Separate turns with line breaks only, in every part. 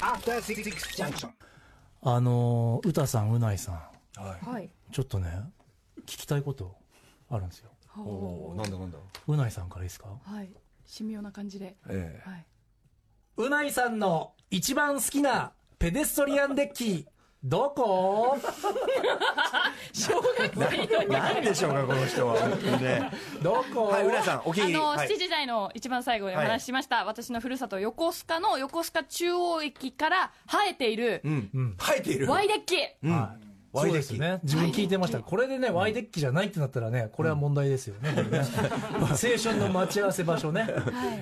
After Six Junction.
あのー、歌さん、うないさん、
はい。
ちょっとね、聞きたいことあるんですよ。
は
おおなんだなんだ
うないさんからいいですか
はい。神妙な感じで。
ええ
はい。
うないさんの一番好きなペデストリアンデッキ、どこ
小学生の
なんでしょうかこの人は本当にね
どこ
はい浦さんお気に
あ
入り
の、
は
7
い
時台の一番最後でお話ししました、私のふるさと横須賀の横須賀中央駅から生えている
うん生えている
ワイデッキ、
はい。
ワイデッキ
そうですね。自分聞いてました。これでね、ワイデッキじゃないってなったらね、これは問題ですよね。こ れね青春の待ち合わせ場所ね。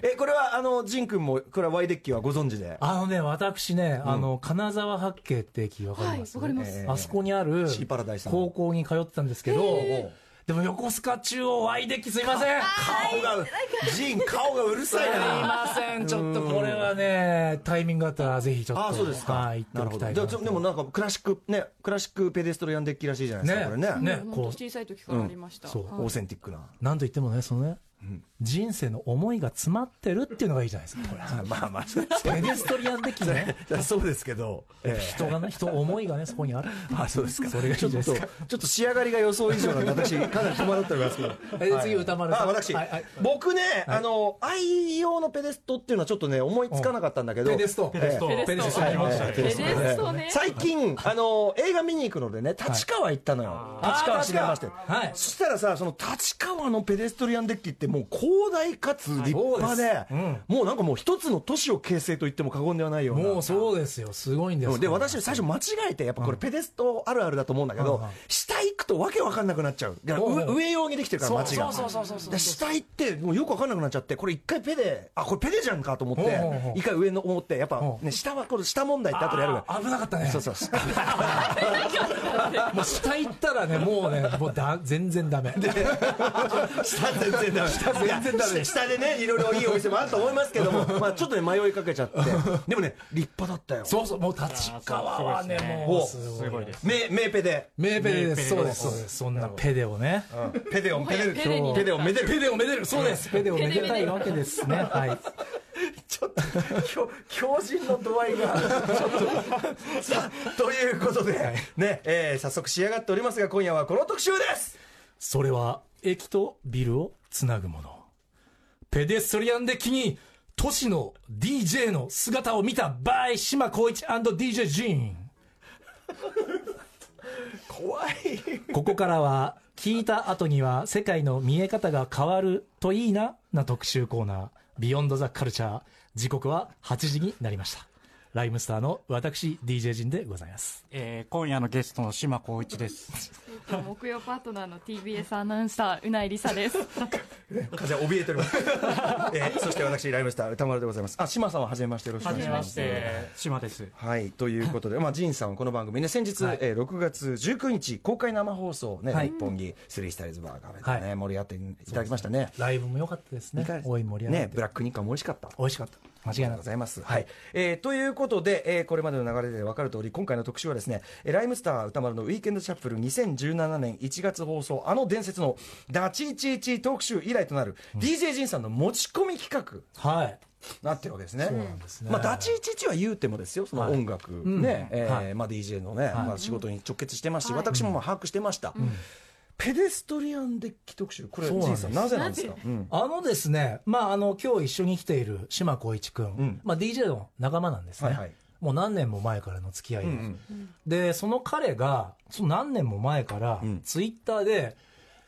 えこれはあのジン君もこれはワイデッキはご存知で
あのね、私ね、あの、金沢八景って駅わか
は
り
い、
ま
わ
す
かります。
ええ
あそこにある
シーパラダイスの
高校に通ってたんですけど、でも横須賀中央ワイデッキすいません
顔がジン顔がうるさい
すい
な
ま せん、ちょっとこれはね、タイミングがあったらぜひちょっと、
あそうですか、
はい、行
な
っ
る
てお
ほ
き
ど
たい
で
な
もでもなんかクラシックねクラシックペデストリアンデッキらしいじゃないですか、
ね
これね
ね
もう本当
こう
小さい時からありました。
うんそう
はい
オーセンティックな
なんといってもね、そのね、人生の思いが詰まってるっていうのがいいじゃないですか、これ。
まあまあ そう
ペデストリアンデッキね。
そうですけど、ええ
人がね、人、思いがね、そこにある。
あそうですか
それがいい
ちょっと
です
ちょ
か
っと仕上がりが予想以上なんで私かなり戸惑っておりますけど
え次歌丸さ
あ
ん
私、
はいはい
僕ね、あの愛用のペデストっていうのはちょっとね思いつかなかったんだけど、
ト。ペデスト。ペデスト。
ペデストね。
最近、あの映画見に行くのでね、立川行ったのよ。立川知りまして。
はい
そしたらさ、その立川のペデストリアンデッキってもう広大かつ立派で、もうなんかもう一つの都市を形成と言っても過言ではないような。
もうそうですよ。すごいんです
う
よ
んで、私最初間違えて、やっぱこれペデストあるあるだと思うんだけど、下行くとわけわかんなくなっちゃう。だから
おう
上
おう
上用にできてるから街が。
そうそうそうそうそう
で下行って、もうよくわかんなくなっちゃって、これ一回ペで、あ、これペでじゃんかと思っ
おう
て
おうおう、
一回上の思って、やっぱ
お
ね、下はこれ下問題って後でやるから。
あ危なかったね。
そうそうそう。
もう下行ったらね、もうね、もうだ、全然ダメ。
下全然ダメ。下
全然ダメ
下でね、いろいろいいお店もあると思いますけど も、まあちょっとね、迷いかけちゃって。でもね、立派だったよ。
そうそう、もう立川はね、もう、すごい。
め、めペで。
名ペデです。そうです、そうです。そんなペデをね。
ペデを、ペデ
ペデに
ペデをめでる。
ペデをめでる。そうです。ペデをめでたいわけですね。はい。
ちょっと、強靭の度合いが、ちょっと。さあ、ということで、ね、えー早速仕上がっておりますが、今夜はこの特集です
それは、駅とビルをつなぐもの。ペデストリアンデッキに、都市の DJ の姿を見た、バイ、島光一 &DJ ジーン。
怖い。
ここからは、聞いた後には世界の見え方が変わるといいな、な特集コーナー、ビヨンドザカルチャー。時刻は8時になりました。ライムスターの私、DJ ジンでございます。
えー今夜のゲストの島光一 です。
木曜パートナーの TBS アナウンサー、うないりさです。
風は怯えております。えーそして私、ライムスター、歌丸でございます。あ、島さんは初めましてよろしくお
は
願い
じ
し
め
ま
ますし。て、島です。
はい、ということで、まあ、ジンさんはこの番組ね、先日、えー6月19日、公開生放送ね、
はい
六本木、スリースタイルズバーガーでね、
は
盛り上がっていただきましたね。
ライブも良かったですね
いかがで。す
大い盛り上がっ
ね、
て。
ブラックニカも美味しかった。
美味しかった。間違い
ありがとう
なか
ご
った
ざ。います。はい。えーということで、えーこれまでの流れで分かる通り、今回の特集はですね、えーライムスター歌丸のウィーケンドシャッフル2017年1月放送、あの伝説のダチーチーチー特集以来となる、DJ ジンさんの持ち込み企画
はい。
なってるわけですね。そうなん
ですね
まあ、ダチーチーチーは言うてもですよ、その音楽、ね、えー
はい
まあ、DJ のね、まあ、仕事に直結してますし、私もまあ把握してました。ペデストリアンデッキ特集、これ、
そうなん
ジ
で
ン
す
さん、なぜなんですかうん
あのですね、まあ、あの、今日一緒に来ている島光一くん、
ん
まあ、DJ の仲間なんですね。
はいはい
もう何年も前からの付き合いで、で、その彼が、その何年も前から、ツイッターで、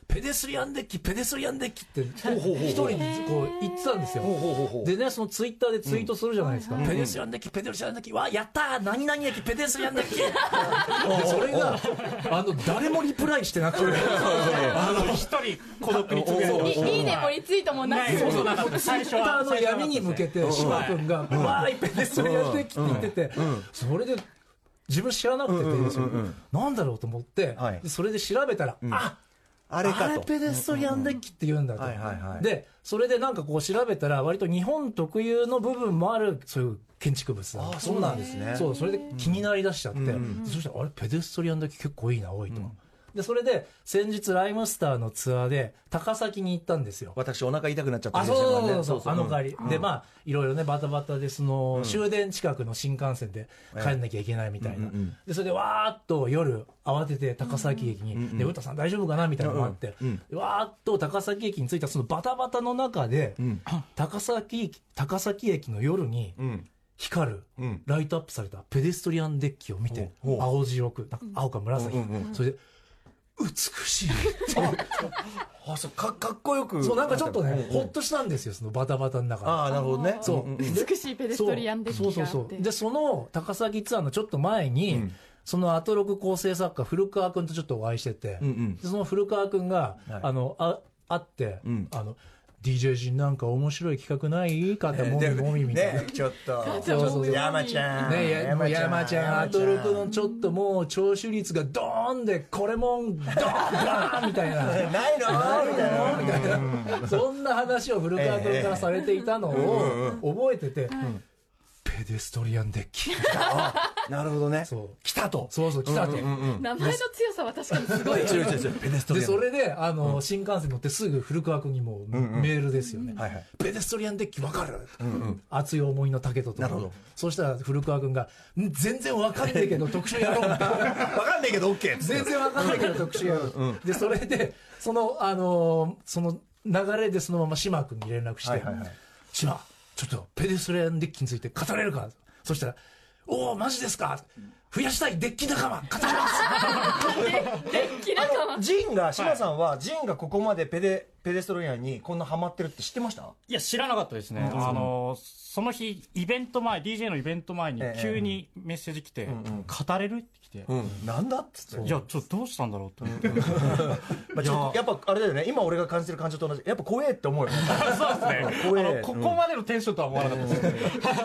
ペデストリアンデッキ、ペデストリアンデッキって、一人にこう言ってたんですよ。 でね、そのツイッターでツイートするじゃないですか。ペデストリアンデッキ、ペデストリアンデッキ、わ、やったー何々駅、ペデストリアンデッ キでそれが、あの、誰もリプライしてなくて、
あの、一人孤独 に告
いいいねもリツイートもなく。
そうなく
ツイ
最
ッ
初
ター
は
の闇に向けて、島君が、わーい、ペデストリアンデッキって言ってて、それで、自分知らなくてですよ、なんだろうと思って
はい、
でそれで調べたら、あ
あ
あ
れか
れ
と。
ペデストリアンデッキって言うんだ
はいはいはい
と。で、それでなんかこう調べたら、割と日本特有の部分もある、そういう建築物だ
あそうなんですね
そう、それで気になりだしちゃって、そしたら、あれ、ペデストリアンデッキ結構いいな、多いと。で、それで、先日、ライムスターのツアーで、高崎に行ったんですよ。
私お腹痛くなっちゃった
あ、
り
そう
したから
そうそう
ね
そうあの
ん
帰り。で、まあ、いろいろね、バタバタで、その、終電近くの新幹線で帰んなきゃいけないみたいな。で、それで、わーっと夜、慌てて高崎駅に、で、ウタさん大丈夫かなみたいなのがあって、でわーっと高崎駅に着いた、そのバタバタの中で、高崎駅、高崎駅の夜に、光る、ライトアップされたペデストリアンデッキを見て、青白く、なんか青か紫、それで、美しい。
あそうかかっこよく
そう、なんかちょっとね、
うん
ほっとしたんですよ、そのバタバタの中で。
ああなるほどね
そう
美しいペデストリアンデッキがあって
そうそうそうでその高崎ツアーのちょっと前に、そのアトロク構成作家古川君とちょっとお会いしてて、
んうん
でその古川君が、
はい
あのあ会って、あの DJ 陣なんか面白い企画ないかって、もみもみみたいな。
ねちょっと
そうそうそう
山ちゃん
ねやもう山ちゃん、ア
山ち
トロクのちょっともう聴取率がドーンで、これもん、ドーン、バーンみたいな。
ないの
ある
みたいな
のみたいなそんな話を古川君からされていたのを覚えてて、ペデストリアンデッキ。
なるほどね
そう
来たと
そうそう、来たと。
名前の強さは確かにすごい
違う違う違うペデスト
で、
リアン
それで、あの、新幹線乗ってすぐ古川君にもメールですよね
はいはい。
ペデストリアンデッキわかる熱い思いの竹とと。
なるほど。
そうしたら古川君が、ん全然わかんないけど特集やろ うみたいな。
わかんないけど OK っつって
全然わかんないけど特集やる、でそれでそのあのーその流れでそのまま島君に連絡して
は
「
いはいはい
島ちょっとペデストリアンデッキについて語れるか?」そしたら「おおマジですか増やしたいデッキ仲間語ります!」
キラカマ
ジンが志麻さんはジンがここまでペデペデストロイヤーにこんなハマってるって知ってました
いや、知らなかったですね。あの、その日、イベント前、DJ のイベント前に
ええ
急にメッセージ来て、語れるって来て、
なんだっつって
いや、ちょっとどうしたんだろうと思って。
まあちょっとやっぱあれだよね今俺が感じてる感情と同じやっぱ怖えって思う よね
そうです
怖
ね。あ
え
の、ここまでのテンションとは思わなかったですね。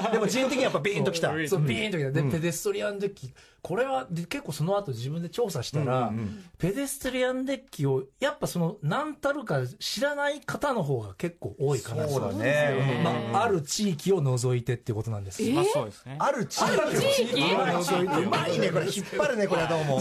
でも人的にやっぱビーンときた
そうビーンときたで、ペデストリアンデッキこれはで結構その後自分で調査したら、ペデストリアンデッキをやっぱその何たるか知らない方の方が結構多いかな
そうだね
まあ、ある地域を除いてっていうことなんです
え
まあそうですね。
ある地域
地域
をうまいねこれ引っ張るねこれどうも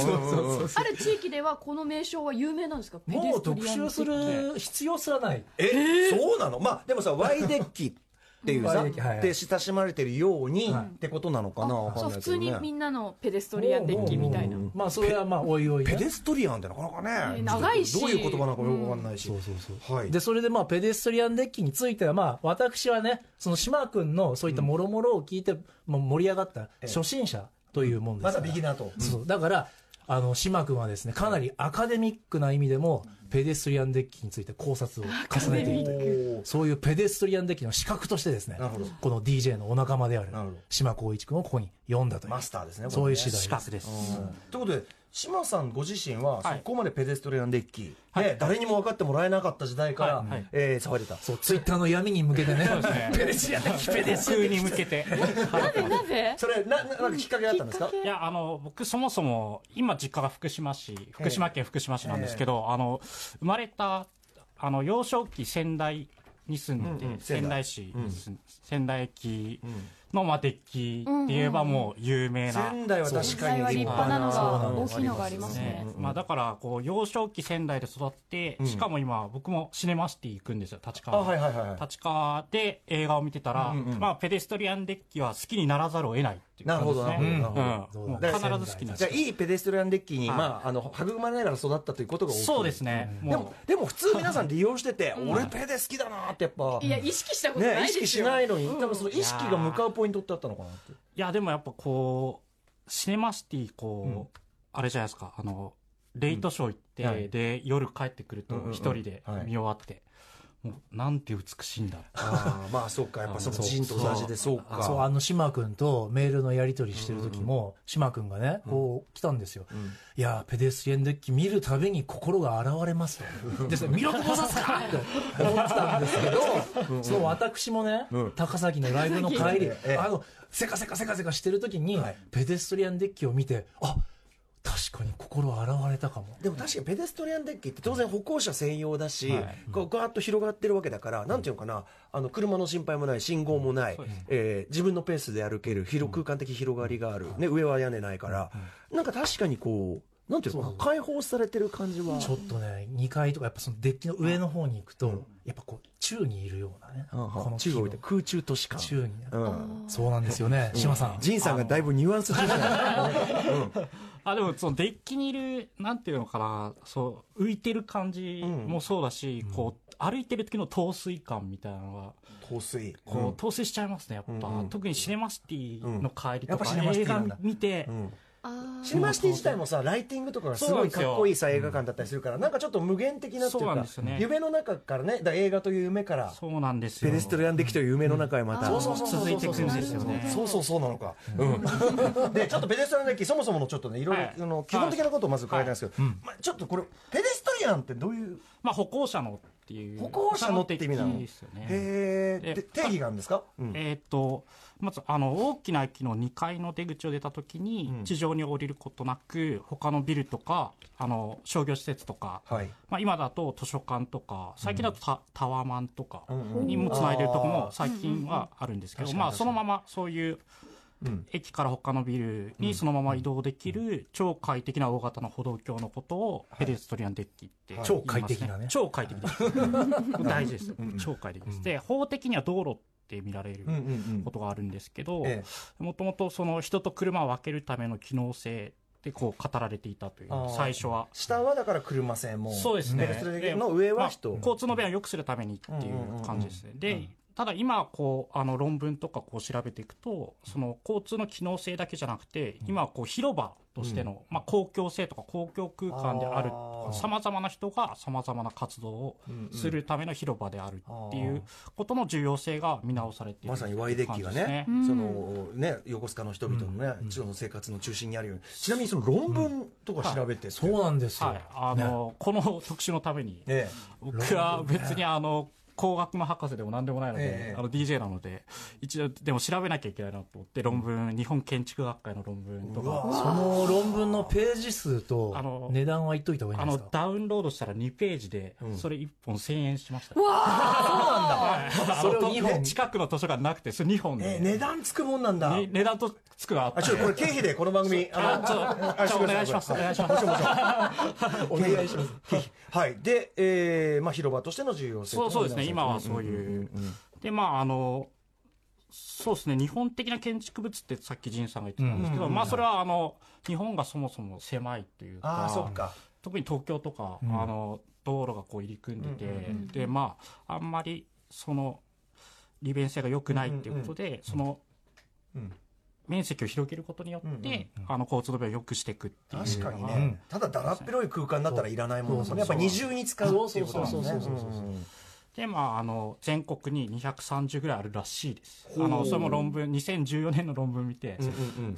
ある地域ではこの名称は有名なんですかペデ
もう
ストリ
特
アンデッ
集
キ
する必要すらない。
えそうなのまあでもさワイデッキっていうさ
ワイデッキはい
で親しまれてるようにってことなのかなわかん
そう
ない
普
けど
通に
ね
みんなのペデストリアンデッキみたい
もうも
な
うもうまあ、それはまあ、おいおいね、
ペデストリアンってなかなかね
えー長いし
どういう言葉なのかよくわかんないし
そうそうそう。
はい
で、それでまあ、ペデストリアンデッキについては、まあ、私はね、その島君のそういったもろもろを聞いて、もう盛り上がった初心者というもんです
ま
から
だビギナーと
そう。だから、あの、島君はですね、かなりアカデミックな意味でも、ペデストリアンデッキについて考察を重ねてい
お
る。
ー
そういうペデストリアンデッキの資格としてですね
なるほど、
この DJ のお仲間である
なるほど、
島光一君をここに呼んだという
マ。スターですね
そういう
これね
次第
資格です。
ということで志麻さんご自身はそ
はい
こまでペデストリアンデッキね誰にも分かってもらえなかった時代から
はいはい
えー騒いでた
そう、ツイッターの闇に向けて ね、
ペデスやったペデスに向けて。
なぜなぜ
それなななんかきっかけあったんですか
いや、あの、僕そもそも、今実家が福島市、福島県福島市なんですけど、あの、生まれた、あの、幼少期仙台に住んでて、
うんうん仙
仙
台
台市に住ん、仙台駅の、まあ、デッキって言えばもう有名な。
仙台は確
実
か
際
に
は立派なのが大きいのがあり
す
ます
ね
ね
まあ、だからこう幼少期仙台で育って、しかも今僕もシネマシティ行くんですよ立
あ
川、
はいはいはいはい
立川で映画を見てたら、まあ、ペデストリアンデッキは好きにならざるを得ないっていう
なるほ
感じで
どな
すね
るほどなるほど
うんもう必ず好きになっ
じゃ
ちゃ
あ
う
いいペデストリアンデッキに、
はい
まあ、あの育まれながら育ったということが大きい
そうですね、
で
も
もでも普通皆さん利用してて、俺ペデ好きだなってやっぱ
いや意識したことな
ね
い
意
ですよ
識しないのに、多分その意識が向かうポイントってあったのかなって
ういやでもやっぱこうシネマシティこう、あれじゃないですかあのレイトショー行って、
うんはい
で夜帰ってくる
うんうんう
と
ん
一人で見終わって、もうなんて美しいんだ
ああまあそうかやっぱそのジンと同じでそうか
そう、あの、島君とメールのやり取りしてる時も、島君がね、こう来たんですよ。いやー、ペデストリアンデッキ見るたびに心が現れ ますと。で、それ魅力ござすかって思ってたんですけど、そう、私もね、高崎のライブの帰り
ええ、
あの、せかせかせかせかしてる時に、ペデストリアンデッキを見て、あ確かに心現れたかも。
でも確かにペデストリアンデッキって当然歩行者専用だし、こうガーッと広がってるわけだから、なんていうのかな、あの車の心配もない、信号もない、えー自分のペースで歩ける、広空間的広がりがある、ね、上は屋根ないから、なんか確かにこう、
なんていうのかな解放されてる感じは
ちょっとね、2階とか、やっぱそのデッキの上の方に行くと、やっぱこう、宙にいるようなね、
うんうん
この
中国で空中都市感
宙に、
うん
そうなんですよね、志麻さん。
仁さんがだいぶニュアンス重視だねうん
あ、でも、そのデッキにいる、なんていうのかな、そう、浮いてる感じもそうだし、こう、歩いてる時の陶酔感みたいなのが、
陶酔
こう、陶酔しちゃいますね、やっぱ。
うんうん
特にシネマシティの帰り
や
と
っぱ
か
シネ、マシテ
映
ィなん
画
だ
見て、
あ
シネマシティ自体もさライティングとかがすごいかっこいいさ映画館だったりするからなんかちょっと無限的なっていう
そうなん
か
ですよね
夢の中からねだから映画という夢から
そうなんです
ペ
よ。
デストリアンデッキという夢の中へまた
そうそうそう
続いていくんですよね。
そうそうそうなのか、でちょっとペデストリアンデッキそもそものちょっとねいろいろ、
はい
あの基本的なことをまず伺いたいんですけど、まあ、ちょっとこれペデストリアンってどういう
まあ、歩行者のっていう。
歩行者のって意味なの
歩行者デッキですよね。
へえ
え
定義があるんですか、うん
えーっとまずあの大きな駅の2階の出口を出た時に、地上に降りることなく他のビルとかあの商業施設とか、
はい
まあ、今だと図書館とか最近だとタ,、タワマンとかにもつないでるとこも最近はあるんですけど、まあ、そのままそういう。駅から他のビルにそのまま移動できる超快適な大型の歩道橋のことをペデストリアンデッキって言います、ね
超快適なね
超快適です。大事です。超快適です。で、法的には道路って見られる
うんうんうん
ことがあるんですけど
え、
もともとその人と車を分けるための機能性でこう語られていたという
あー、
最初は。
下はだから車線も
そうですね。
ペデストリ
で
アンの上
ま
は
あ
人
交通の便を良くするためにっていう感じですね。で、ただ今、こう、あの論文とかこう調べていくと、その交通の機能性だけじゃなくて、今はこう広場としての、まあ公共性とか公共空間である
あー、
様々な人が様々な活動をするための広場であるっていうことの重要性が見直されている
まさにワイデッキが
感じで
ね
す
そのね横須賀の人々のね、地方の生活の中心にあるようにちなみにその論文とか調べてって、
そうなんですよ。
はい、あの、この特集のために、
え
僕は別にあの、工学の博士でも何でもないので、
ええ
あの DJ なので、一応、でも調べなきゃいけないなと思って、論文、日本建築学会の論文とか、
その論文のページ数と
あの
値段は言っといた方がいい
あ
んで
の
すか、
ダウンロードしたら2ページで、それ1本1000円しました。
それを2本
近くの図書館なくて、それ2本
ええ
で
え、値段つくもんなんだ
ね値段とつくがあって
あちょっとこれ経費でこの番組
あ
の
ちょっと、
あ
お願いします。お
これ
願いします。
お願いします経費はいで、えーまあ、広場としての重要性
そうそうですね、今はそういう。で、まあ、あの、そうですね、日本的な建築物ってさっき仁さんが言ってたんですけど、まあ、それはあの、日本がそもそも狭いという
あ
か
あ、そっか
特に東京とか、あの、道路がこう入り組んでて、で、まあ、あんまり、その、利便性が良くないっていうことで、その、
うん
面積を広げることによって、あの、交通の便を良くしていくっていう
確
のが。
かにね、ただだらっ広い空間だったらいらないものそれやっぱ二重に使うっていうことなんですねうん
で、まあ、あの、全国に230ぐらいあるらしいです。あの、それも論文、2014年の論文見て、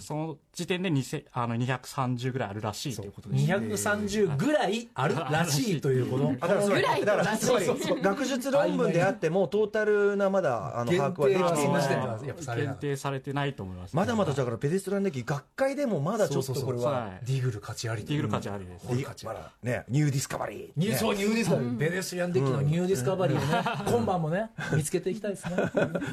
その時点で2000あの230ぐらいあるらしいということです。
230ぐらいあるらしいということ。
あだからそれ
ぐらいと
だからつまり学術論文であってもトータルなまだあの
限
把
定
握はでき
的
てい
な時点
な
で
い
はやっぱされな
限
い。
定されてないと思います、
まだまだだからペデストラン歴学会でもまだちょっとこれは
はい。
ディグル価値ありと
できる価値ありです。
いいまだねニューディスカバリー
ニューそうニューディスカバリー、ベネスリアンデッキのニューディスカバリーをね、今晩もね、見つけていきたいですね。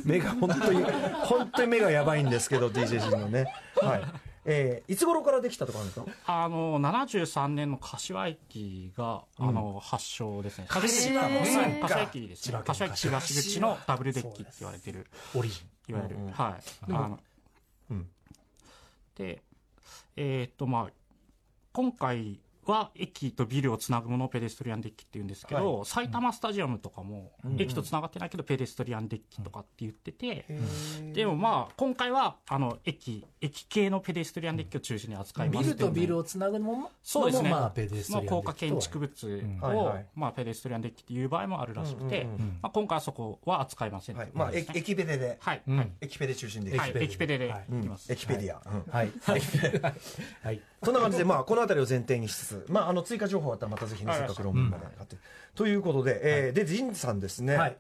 目が本当に
本当に目がやばいんですけど DJC のねはいえーいつ頃からできたとかあるんですか
あの、73年の柏駅が、あの、発祥ですね。柏
柏もそっか
柏駅です
千葉
ね
県。
柏駅東口のダブルデッキって言われてる。
オリジン。
いわゆる、はいあの、でえーっとまあ今回は駅とビルをつなぐものをペデストリアンデッキって言うんですけど、埼玉スタジアムとかも、駅とつながってないけどペデストリアンデッキとかって言ってて、でもまあ今回はあの駅駅系のペデストリアンデッキを中心に扱いま
ビ
す
ルとビル
を
をつなぐのも、
そうですね、
のもまあ、ベネスリアンデッキと
まあ
は
高架建築物を、
はいはい
まあ、ペデストリアンデッキっていう場合もあるらしくて、
うんうん
まあ、今回はそこは扱いません、
は
はいい
まあえ駅ペデで
はい
駅ペデ中心で
はい、
エ
エ
キ
キ
ペ
ペ
デで
デでいきます。
エキペディアうん
はい。はい。
そんな感じで、まあ、この辺りを前提にしつつ、まあ、あの追加情報あったらまたぜひね、せっかく論文まで買って。ということで、えーで、ジンさんですね。
はい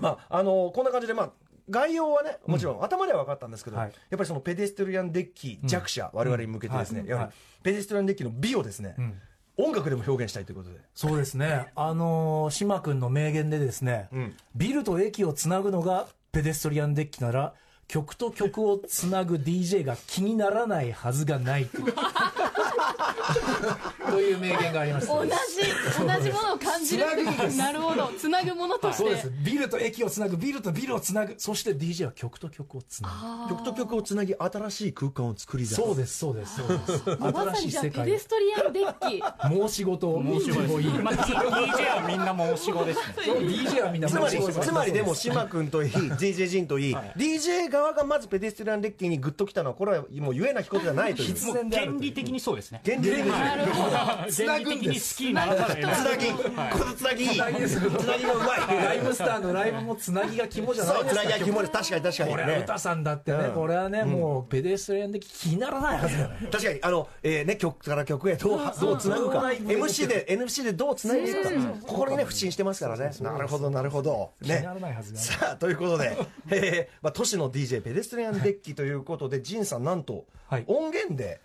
まあ、あのこんな感じで、まあ、概要はね、もちろん頭では分かったんですけど、
はい
やっぱりそのペデストリアンデッキ弱者、我々に向けてですね、
はい
やはりペデストリアンデッキの美をですね、音楽でも表現したいということで。
そうですね。あのー、島君の名言でですね、ビルと駅をつなぐのがペデストリアンデッキなら、曲と曲をつなぐ DJ が気にならないはずがない というという名言がありました
同じ同じものを感じるなるほどつなぐものとして
そうですビルと駅をつなぐビルとビルをつなぐそして DJ は曲と曲をつなぐ
あー
曲と曲をつなぎ新しい空間を作り出す
そうですそうですそうです
ま
新
さ
し
に
い
じゃ
世
あペデ
界
ストリアンデッ
申
キ
し事を
申し子ですね。まあ、D- DJ はみんな申し子ですね。
DJ はみんな
つまり、
申し子
つまりでも、島君といい、JJ ジンといい、DJ 側がまずペデストリアンデッキにグッときたのは、これはもうゆえなことじゃないという。
もう原理的にそうですね。
原理的に。
なるほど
原理的に好きにならざるを得ない
つなぎ、このつなぎいい。つなぎがうまい。
ライブスターのライブもつなぎが肝じゃな
そ、
いうで
つ
すか
なぎは肝です。確かに確かに
これは
ね。
歌さんだってね、これはね、もうペデストリアンで気にならないはずだよね。
確かに、あの、えーね、曲から曲へどう、どうつなぐか。MC で、NFC でどうつなぐか。ここにね、不審してますからね。なるほど、なるほど。
気に
ね
な。らないはずがない。
さあ、ということで、えーまあ、都市の DJ ペデストリアンデッキということで、ジンさん、なんと、
はい
音源 で、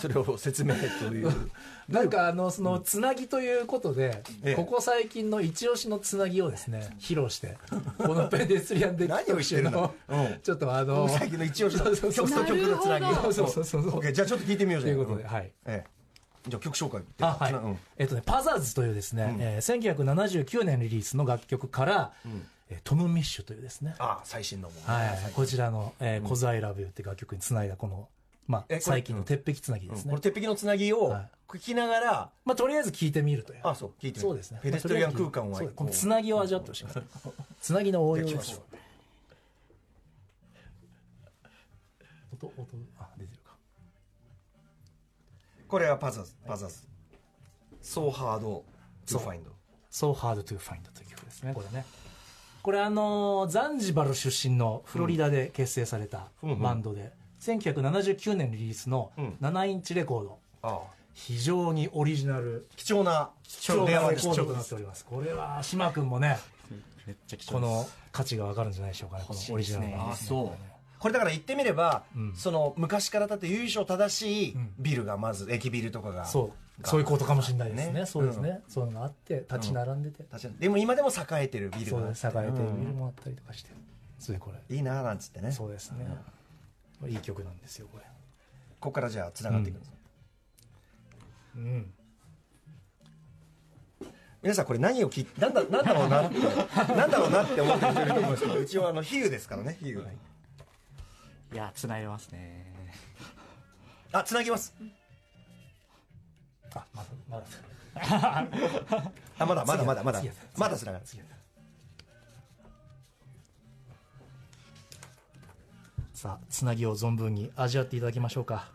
それを説明という。
なんかあの、その、つなぎということで
ええ、
ここ最近の一押しのつなぎをですね、披露して、このペデストリアンで
何を言ってるのうん
ちょっとあの、
最近の一押しの曲と
そう
曲のつなぎ。
なるほ
どそうそうそうそう
オッケーじゃあちょっと聞いてみよう
と
じゃ
い
ん
うことで、
ん
はい。
ええじゃあ曲紹介。
あはい
うん
えっとね、パザーズというですね、えー1979年リリースの楽曲から、えートム・ミッシュというですね、
ああ、最新のも。
はい、こちらの「えーコズ・アイ・ラブ・ユー」って楽曲につないだこの、ま
えこ
あ、
れ
最近の鉄壁つなぎです
こ
ね
の、鉄壁のつなぎを
はい
聞きながら、
まあ、とりあえず聴いてみるという
あそう聞いてみる
そうですね
ペデストリアン空間は
そうですこのつなぎを味わってほしいですつなぎの応用
いき
で
まし
す
ょ
音音あ出てるか
これはパザーズ、パザーズ。So hard to find.
「So Hard to Find」という曲ですねこれねこれあのーザンジバル出身のフロリダで結成されたバンドで、1979年リリースの7インチレコード、
ああ
非常にオリジナル
貴重な、
貴重
レ
な
ア
レ
で
コ
す
ードとなっておりますこれは島君もね
めっちゃ貴
こ
重です。
の価値がわかるんじゃないでしょうかねこのオリジナル
あ
の
あそうこれだから言ってみれば、その昔からだって由緒正しいビルがまず、駅ビルとかが
そうそういうことかもしれないですね
ね
そうですね、そういうのがあって立ち並んでて、
確かにでも今でも栄えてるビル
そう
があ
で
っ
す栄えてるビルもあったりとかして、それこれ
ていいなーなんつってね
そうですね、いい曲なんですよこれ
ここからじゃあつながっていくんです、
うん
皆さんこれ何を聞いなんだなんだろうなってなんだろうなって思ってくれると思うんですけど一応あの比喩ですからね比喩、
いや、繋いでますね。
あつなぎます
あまだまだ
あまだまだまだまだ
次や
まだつながる
次やさあつなぎを存分に味わっていただきましょう か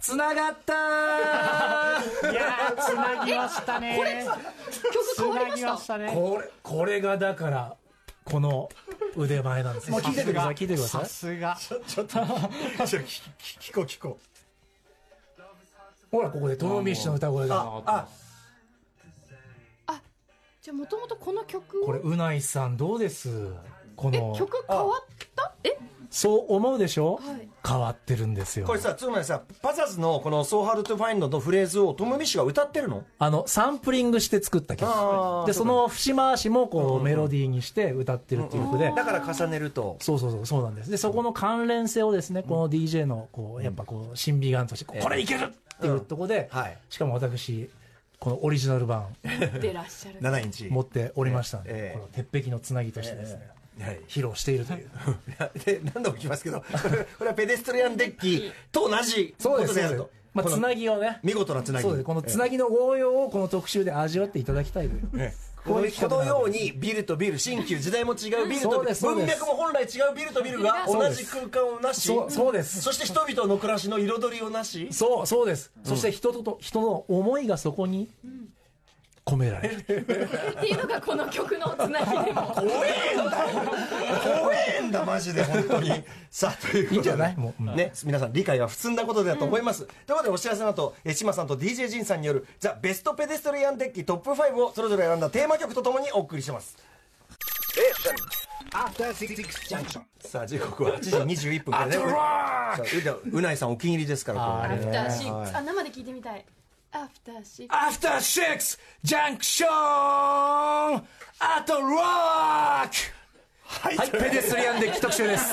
つながった
いやー、繋ぎましたね。
曲変わりま
繋
し
ぎ
た
ましたね。
これこれがだからこの腕前なんですもう聞いててください聞いてください
さすが。
ちょ聞聞こう聞こう
ほらここでトム・ミッシュの歌声が
ああ
じゃあもともとこの曲を
これうないさんどうですこ
え
の
曲変わったえ
そう思うでしょ、
はい
変わってるんですよ
これさつまりさパザーズのこの「So Hard to Find」のフレーズをトム・ミッシュが歌ってるの
あのサンプリングして作った曲
あー
で
そ
そう
だね
の節回しもこうメロディーにして歌ってるっていう曲で、
だから重ねると
そうそうそうそうなんですでそこの関連性をですねこの DJ のこうやっぱこう審美眼としてこうこれいけるっていうとこで、
うんはい
しかも私このオリジナル版
でらっしゃる
7インチ
持っておりましたんで、
ええ
この鉄壁のつなぎとしてですね、
はい
披露しているという
で何度も聞きますけどこれはペデストリアンデッキと同じことであると
まあ、
この
つなぎをね
見事なつなぎ
そうですこのつなぎの応用をこの特集で味わっていただきたいという、
このこのようにビルとビル新旧時代も違うビルと
そう
ビル
ですそう
文
です
脈も本来違うビルとビルが同じ空間をなし
そうそうです
そして人々の暮らしの彩りをなし
そうそうです、そして人と人の思いがそこに込められる
っていうのがこの曲のつなぎでも
怖えんだよ怖えんだマジで本当 にさあということで
いいんじゃないもううん
ね、皆さん理解は普通なことだと思います、ということでお知らせの後えー島さんと d j ジンさんによる「ザ・ベストペデストリアンデッキトップ5」をそれぞれ選んだテーマ曲とともにお送りしますさあ時刻は8時21分からねさあううなうないさんお気に入りですからこれは
ア
ね
フターシックスあ生で聞いてみたいアフターシック
アフターシックスジャンクションアトロックはい、ペデストリアンデッキ特集です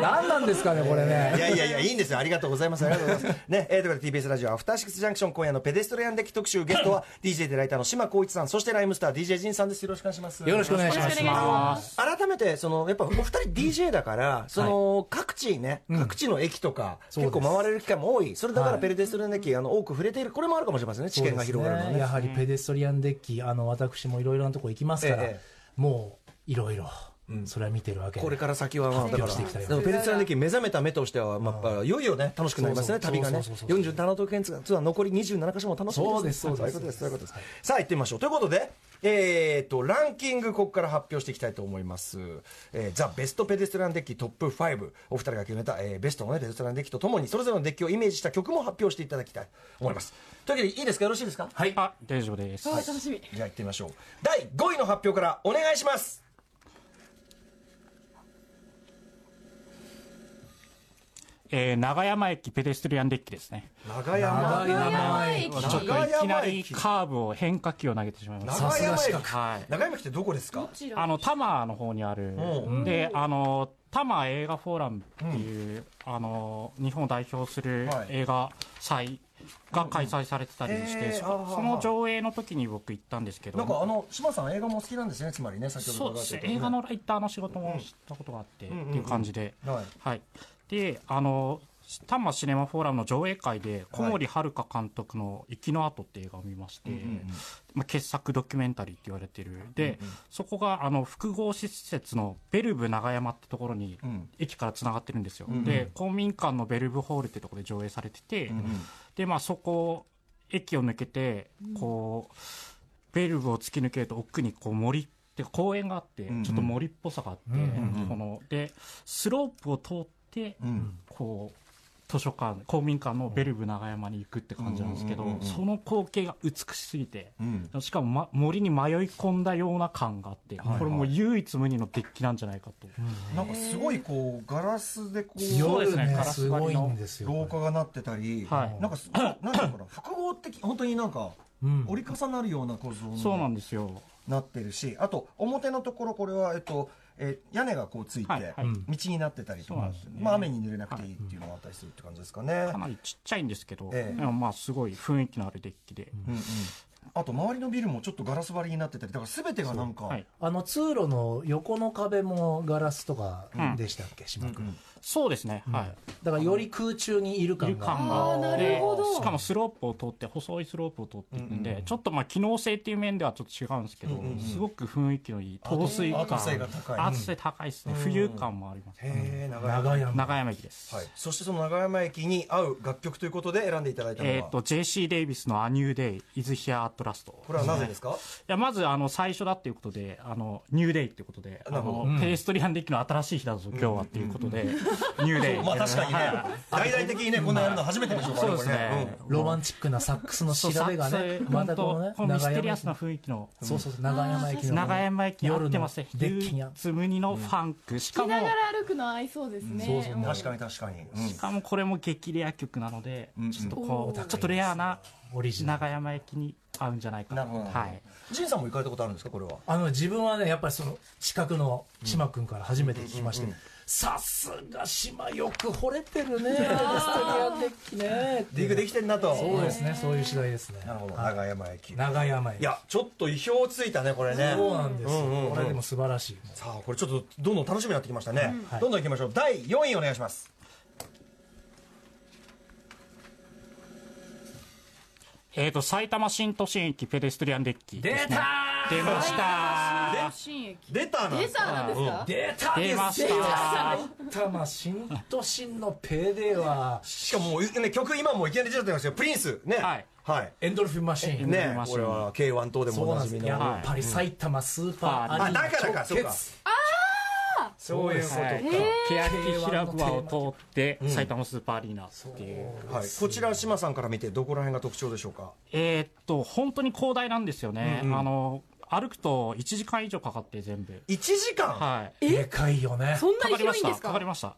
何なんですかねこれね
いやいやいや、いいんですよ。ありがとうございます。ありがとうございます。ね、えー、ということで TBS ラジオアフターシックスジャンクション今夜のペデストリアンデッキ特集ゲス トは DJ でライターの島光一さん、そしてライムスター DJ ジンさんです。よろしくお願いします。
よろしくお願いし
よろ
ま
しく
す
お願いします
改めてそのやっぱお二 人 DJ だからその各地ね各地の駅とか結構回れる機会も多いそれだからペレデストルの駅あの多く触れているこれもあるかもしれませんね知見が広がるの
や
ね
はりペデストリアンデッキ、あの私もいろいろなとこ行きますから、
ええ
もういろいろ、それは見てるわけで
これから先はまあだから
していきたい
でもペレストルの駅目覚めた目としてはまあいよいよね楽しくなりますね
そうそ
旅
う
がね
そうそうそう
47都県ツアー残り27箇所も楽しみ
そうですそうです
いうことですそういうことですさあ行ってみましょうということでえー、とランキングここから発表していきたいと思います、えー、ザ・ベストペデストランデッキトップ5お二人が決めた、えーベストの、ね、ペデストランデッキとともにそれぞれのデッキをイメージした曲も発表していただきたいと思いますというわけでいいですかよろしいですか
はい。あ、大丈夫です。
あー楽しみ
じゃあ行ってみましょう第5位の発表からお願いします
えー、長山駅ペデストリアンデッキですね。
長山
ちょっといきなり
駅
カーブを変化球を投げてしまいまし
長山駅
はい
長山駅ってどこですか
た。あの、多摩の方にある
う、
で、あの、多摩映画フォーラムっていう、あの、日本を代表する
はい
映画祭が開催されてたり
う
し
んうん
て、
へー
そ
あー
その上映の時に僕行ったんですけど、
なんかあの島さん映画も好きなんですねつまりね先ほ
そ
ど
うで
伺っ
す
て
ね
た
映画のライターの仕事もしたことがあって、
ん
っていう感じで、
はい
はい、であの多摩シネマフォーラムの上映会で小森遥監督の「生きの後」って映画を見まして、まあ、傑作ドキュメンタリーって言われてるで、そこがあの複合施設のベルブ長山ってところに
ん
駅からつながってるんですよ、で公民館のベルブホールってところで上映されてて、でまあそこ駅を抜けてこう、ベルブを突き抜けると奥にこう森って公園があって、ちょっと森っぽさがあって、このでスロープを通って、こう図書館公民館のベルブ長山に行くって感じなんですけど、その光景が美しすぎて、しかも、ま、森に迷い込んだような感があって、これもう唯一無二のデッキなんじゃないかと、
なんかすごいこうガラスでこう
そうで
夜
すね
ね
ガラ
す
ス張りの
ごいんですよ
廊下がなってたり、
はい
なんかすごいなんていうのかな複合的本当になんか
ん
折り重なるような構造
そうな
に
んですよ
なってるし、あと表のところこれはえっと、えー屋根がこうついて、
はいはい
道になってたりと
そうな
か、
んですよね
まあ雨に濡れなくていいっていうのがあったりするって感じですかね。
かなりちっちゃいんですけど、
ええ
でもまあすごい雰囲気のあるデッキで、
うんうんあと周りのビルもちょっとガラス張りになってたりだから全てがなんか、
はい
あの通路の横の壁もガラスとかでしたっけ、島君、
そうですね、はい
だからより空中にいる
い
感
る
が
感が
あー
あ
な
っ
る
て
ほど
しかもスロープを通って細いスロープを通っていくんで、ちょっとまあ機能性っていう面ではちょっと違うんですけど、すごく雰囲気のいい透水感
あと圧性が高い
圧性高いですね、浮遊感もあります、
へえ長山
長山
長山駅です、
はい、そしてその長山駅に合う楽曲ということで選んでいただいたのは、
えっ、と JC デイビスの「アニューデイイズヒアアットラスト
これはなぜですか、
いやまずあの最初だっていうことであのニューデイっていうことであ
なるほ
の、ペデストリアンデッキの新しい日だぞ今日はっていうことで、ニューデイ
まあ確かにね
は
大
い、
々的にね、こんなやるの初めてでしょうか
そう
ら
ですね、
ロマンチックなサックスの調
そうさ
べが
そう
ね
いう
またこの
本
ね
当このミステリアス
駅
な雰囲気の
そうそうそう長山駅の
長山駅あってますね
夜の
唯
デッキ
一
が
無二のファンク、しか
聞き
も
ながら歩くの合いそうですね
そうそう
うん確かに確かに、うん
しかもこれも激レア曲なので、ちょっとこうちょっとレアな
オリジナル
長山駅に合うんじゃないか
な
な
るほど
はい
ジンさんも行かれたことあるんですかこれは
あの自分はねやっぱりその近くの島君から初めて聞きましてさすが島よく惚れて るねペデストリアンデッキね
リーグできてんなと
そうですねそういう次第ですね
なるほど
はい
長山駅い
長山駅
やちょっと意表をついたねこれね
そうなんですよ
うんうんうん
これでも素晴らしい
さあこれちょっとどんどん楽しみになってきましたね、
はい
どんどん行きましょう第4位お願いします
えっ、と埼玉新都心駅ペデストリアンデッキ
出
ですね
た
出ました
新駅
出たな
レザーなんですか
出た
出ました
埼玉新都心のペデは
しかももう、ね、曲今もういきなり出ちゃってますよプリンスね
はい、
はい
エンドルフィンマシーン
ね
出まし
こ
た
れ
ね
は K1 等でも
そう
お
な
なんじ
で
み
す
の
やっぱり埼玉スーパーアリーナ
あだからかそうか
直結
そういうことか、
はい欅平川を通って埼玉スーパーアリーナっていう、
はい、こちら島さんから見てどこら辺が特徴でしょうか
えーっと本当に広大なんですよね、あの歩くと1時間以上かかって全部。
1時間、
はい。
でかいよね
そんな
か
に
かりま
広い
し
んで
た。
す
かかり
か
ました。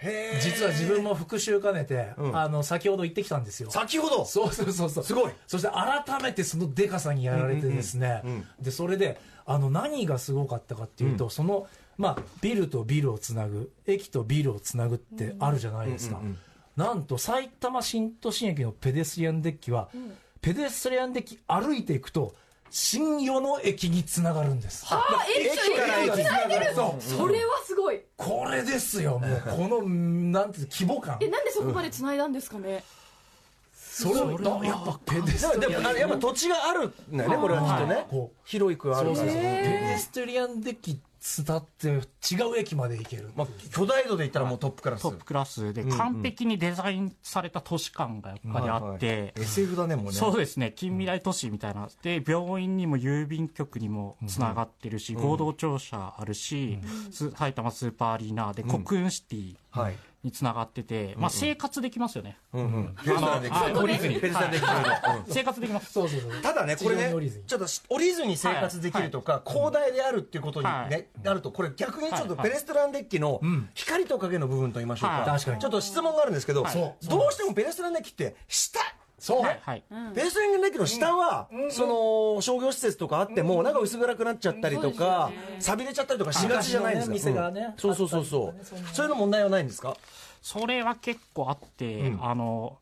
へー
実は自分も復習兼ねて、あの先ほど行ってきたんですよ
先ほど
そうそうそうそう
すごい
そして改めてそのデカさにやられてですね、でそれであの何がすごかったかっていうと、そのまあビルとビルをつなぐ駅とビルをつなぐってあるじゃないですか、なんと埼玉新都心駅のペデストリアンデッキは、ペデストリアンデッキ歩いていくと新与野駅につながるんです
あー駅と
から駅
駅が
に
つないでる
そう
それはすごい
これですよもうこのなんていうの規模感
えなんでそこまでつないだんですかね
それをやっぱペデス
でもで
トリアン
もあのやっぱ土地があるんだよねこれはきっとね
こう
広い区あるから
ペデストリアンデッキ伝って違う駅まで行ける、
まあ、巨大度で言ったらもうトップクラス
トップクラスで完璧にデザインされた都市感がやっぱりあって、
SF だねもうね
そうですね近未来都市みたいな、で病院にも郵便局にもつながってるし、合同庁舎あるし、す埼玉スーパーアリーナで、コクーンシティ
はい
につながってて、まあ、生活できますよね、
うんうんペルサンで
あの
降りずに
はい
ペルサンで
生活できます
そうそうそう
ただねこれね
地上に降りずに
ちょっと降りずに生活できるとか広大であるっていうことに
は
ね
い
なるとこれ逆にちょっと
は
ペ
いはい
レストランデッキの光と影の部分と言いましょう
は
か
い
確かに
ちょっと質問があるんですけど
はい
そうどうしてもペレストランデッキって下
そう、
はい、はい
ペレストランデッキの下はその商業施設とかあってもなんか薄暗くなっちゃったりとか錆びれちゃったりとかしがちじゃないですか
昔のね店がね
うんそうそうそうそうそういうの問題はないんですか
それは結構あって、あの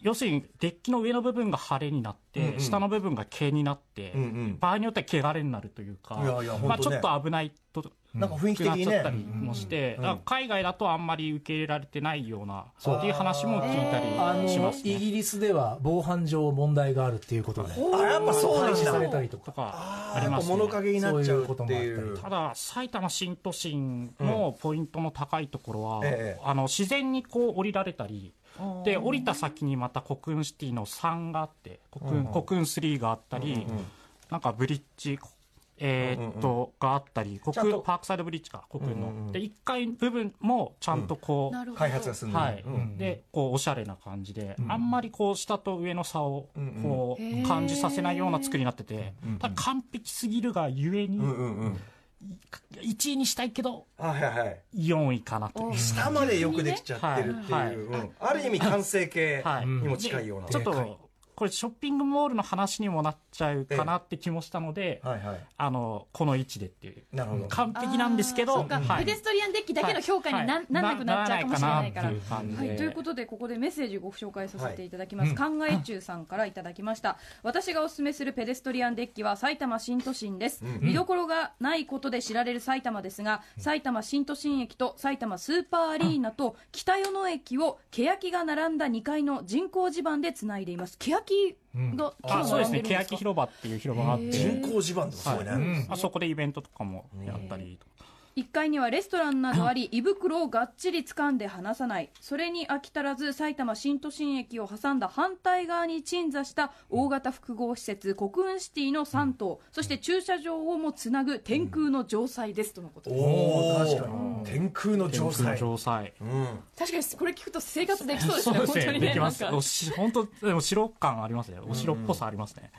要するにデッキの上の部分が晴れになって、下の部分が毛になって、
ん
場合によっては汚れになるというか
いやいや
ま
本
あ、ち
当
ょ
ね
っと危ないと。
なんか雰囲気的
なっ
に
ちゃ
ね
ったりもして、だから海外だとあんまり受け入れられてないようなっていう話も聞いた
あ
りしま
の
す
イ
ね。
ギリスでは防犯上問題があるっていうことで
あやっぱそうなん
廃止され
だ
たりと
と
か
かあ
や
り
っぱ
ますね
物陰になっちゃうって
そうい
いう
こともあ
う
った
ただ埼玉新都心のポイントの高いところは、
ええ
あの自然にこう降りられたりで降りた先にまたコクーンシティの3があってコクーン,、コクーン3があったり、なんかブリッジえーっと、があったりコク
ちゃん
ー
と
ンパークサイドブリッジかコクーンの、で1階部分もちゃんとこう、
なるほど
開発が進んでる
はいでこうおしゃれな感じで、あんまりこう下と上の差をこ
へー
う感じさせないような作りになってて、ただ完璧すぎるがゆえに、
うんうんうん
1位にしたいけど
はいはいはい
4位かなと、
お
下までよくできちゃってるって
はいはい
いう、うんある意味完成形
はい
にも近いような、
ちょっとこれショッピングモールの話にもなっちゃうかなって気もしたので、
はいはい
あのこの位置でっていう
なるほど
完璧なんですけ
あーそ
ど
うかペデストリアンデッキだけの評価にな,、
はい
なんなくなっちゃうかもしれないから。
ならないかなっていう感
は
じで
い、ということでここでメッセージご紹介させていただきます、考え中さんからいただきました私がおすすめするペデストリアンデッキは埼玉新都心です、見どころがないことで知られる埼玉ですが埼玉新都心駅と埼玉スーパーアリーナと北与野駅を欅が並んだ2階の人工地盤でつないでいます欅が、木が並んでるんですか
あそうですね欅広場っていう広場があって、
人工地盤とかすごいね、
あそこでイベントとかもやったりとか
1階にはレストランなどあり胃袋をがっちり掴んで離さないそれに飽き足らず埼玉新都心駅を挟んだ反対側に鎮座した大型複合施設コクーンシティの3棟、そして駐車場をもつなぐ天空の城塞ですとのことです、
おお天空の城塞
城塞
確かにこれ聞くと生活できそうですね本当にね
できます
なんか
おし本当でも城感ありますねお城っぽさありますね、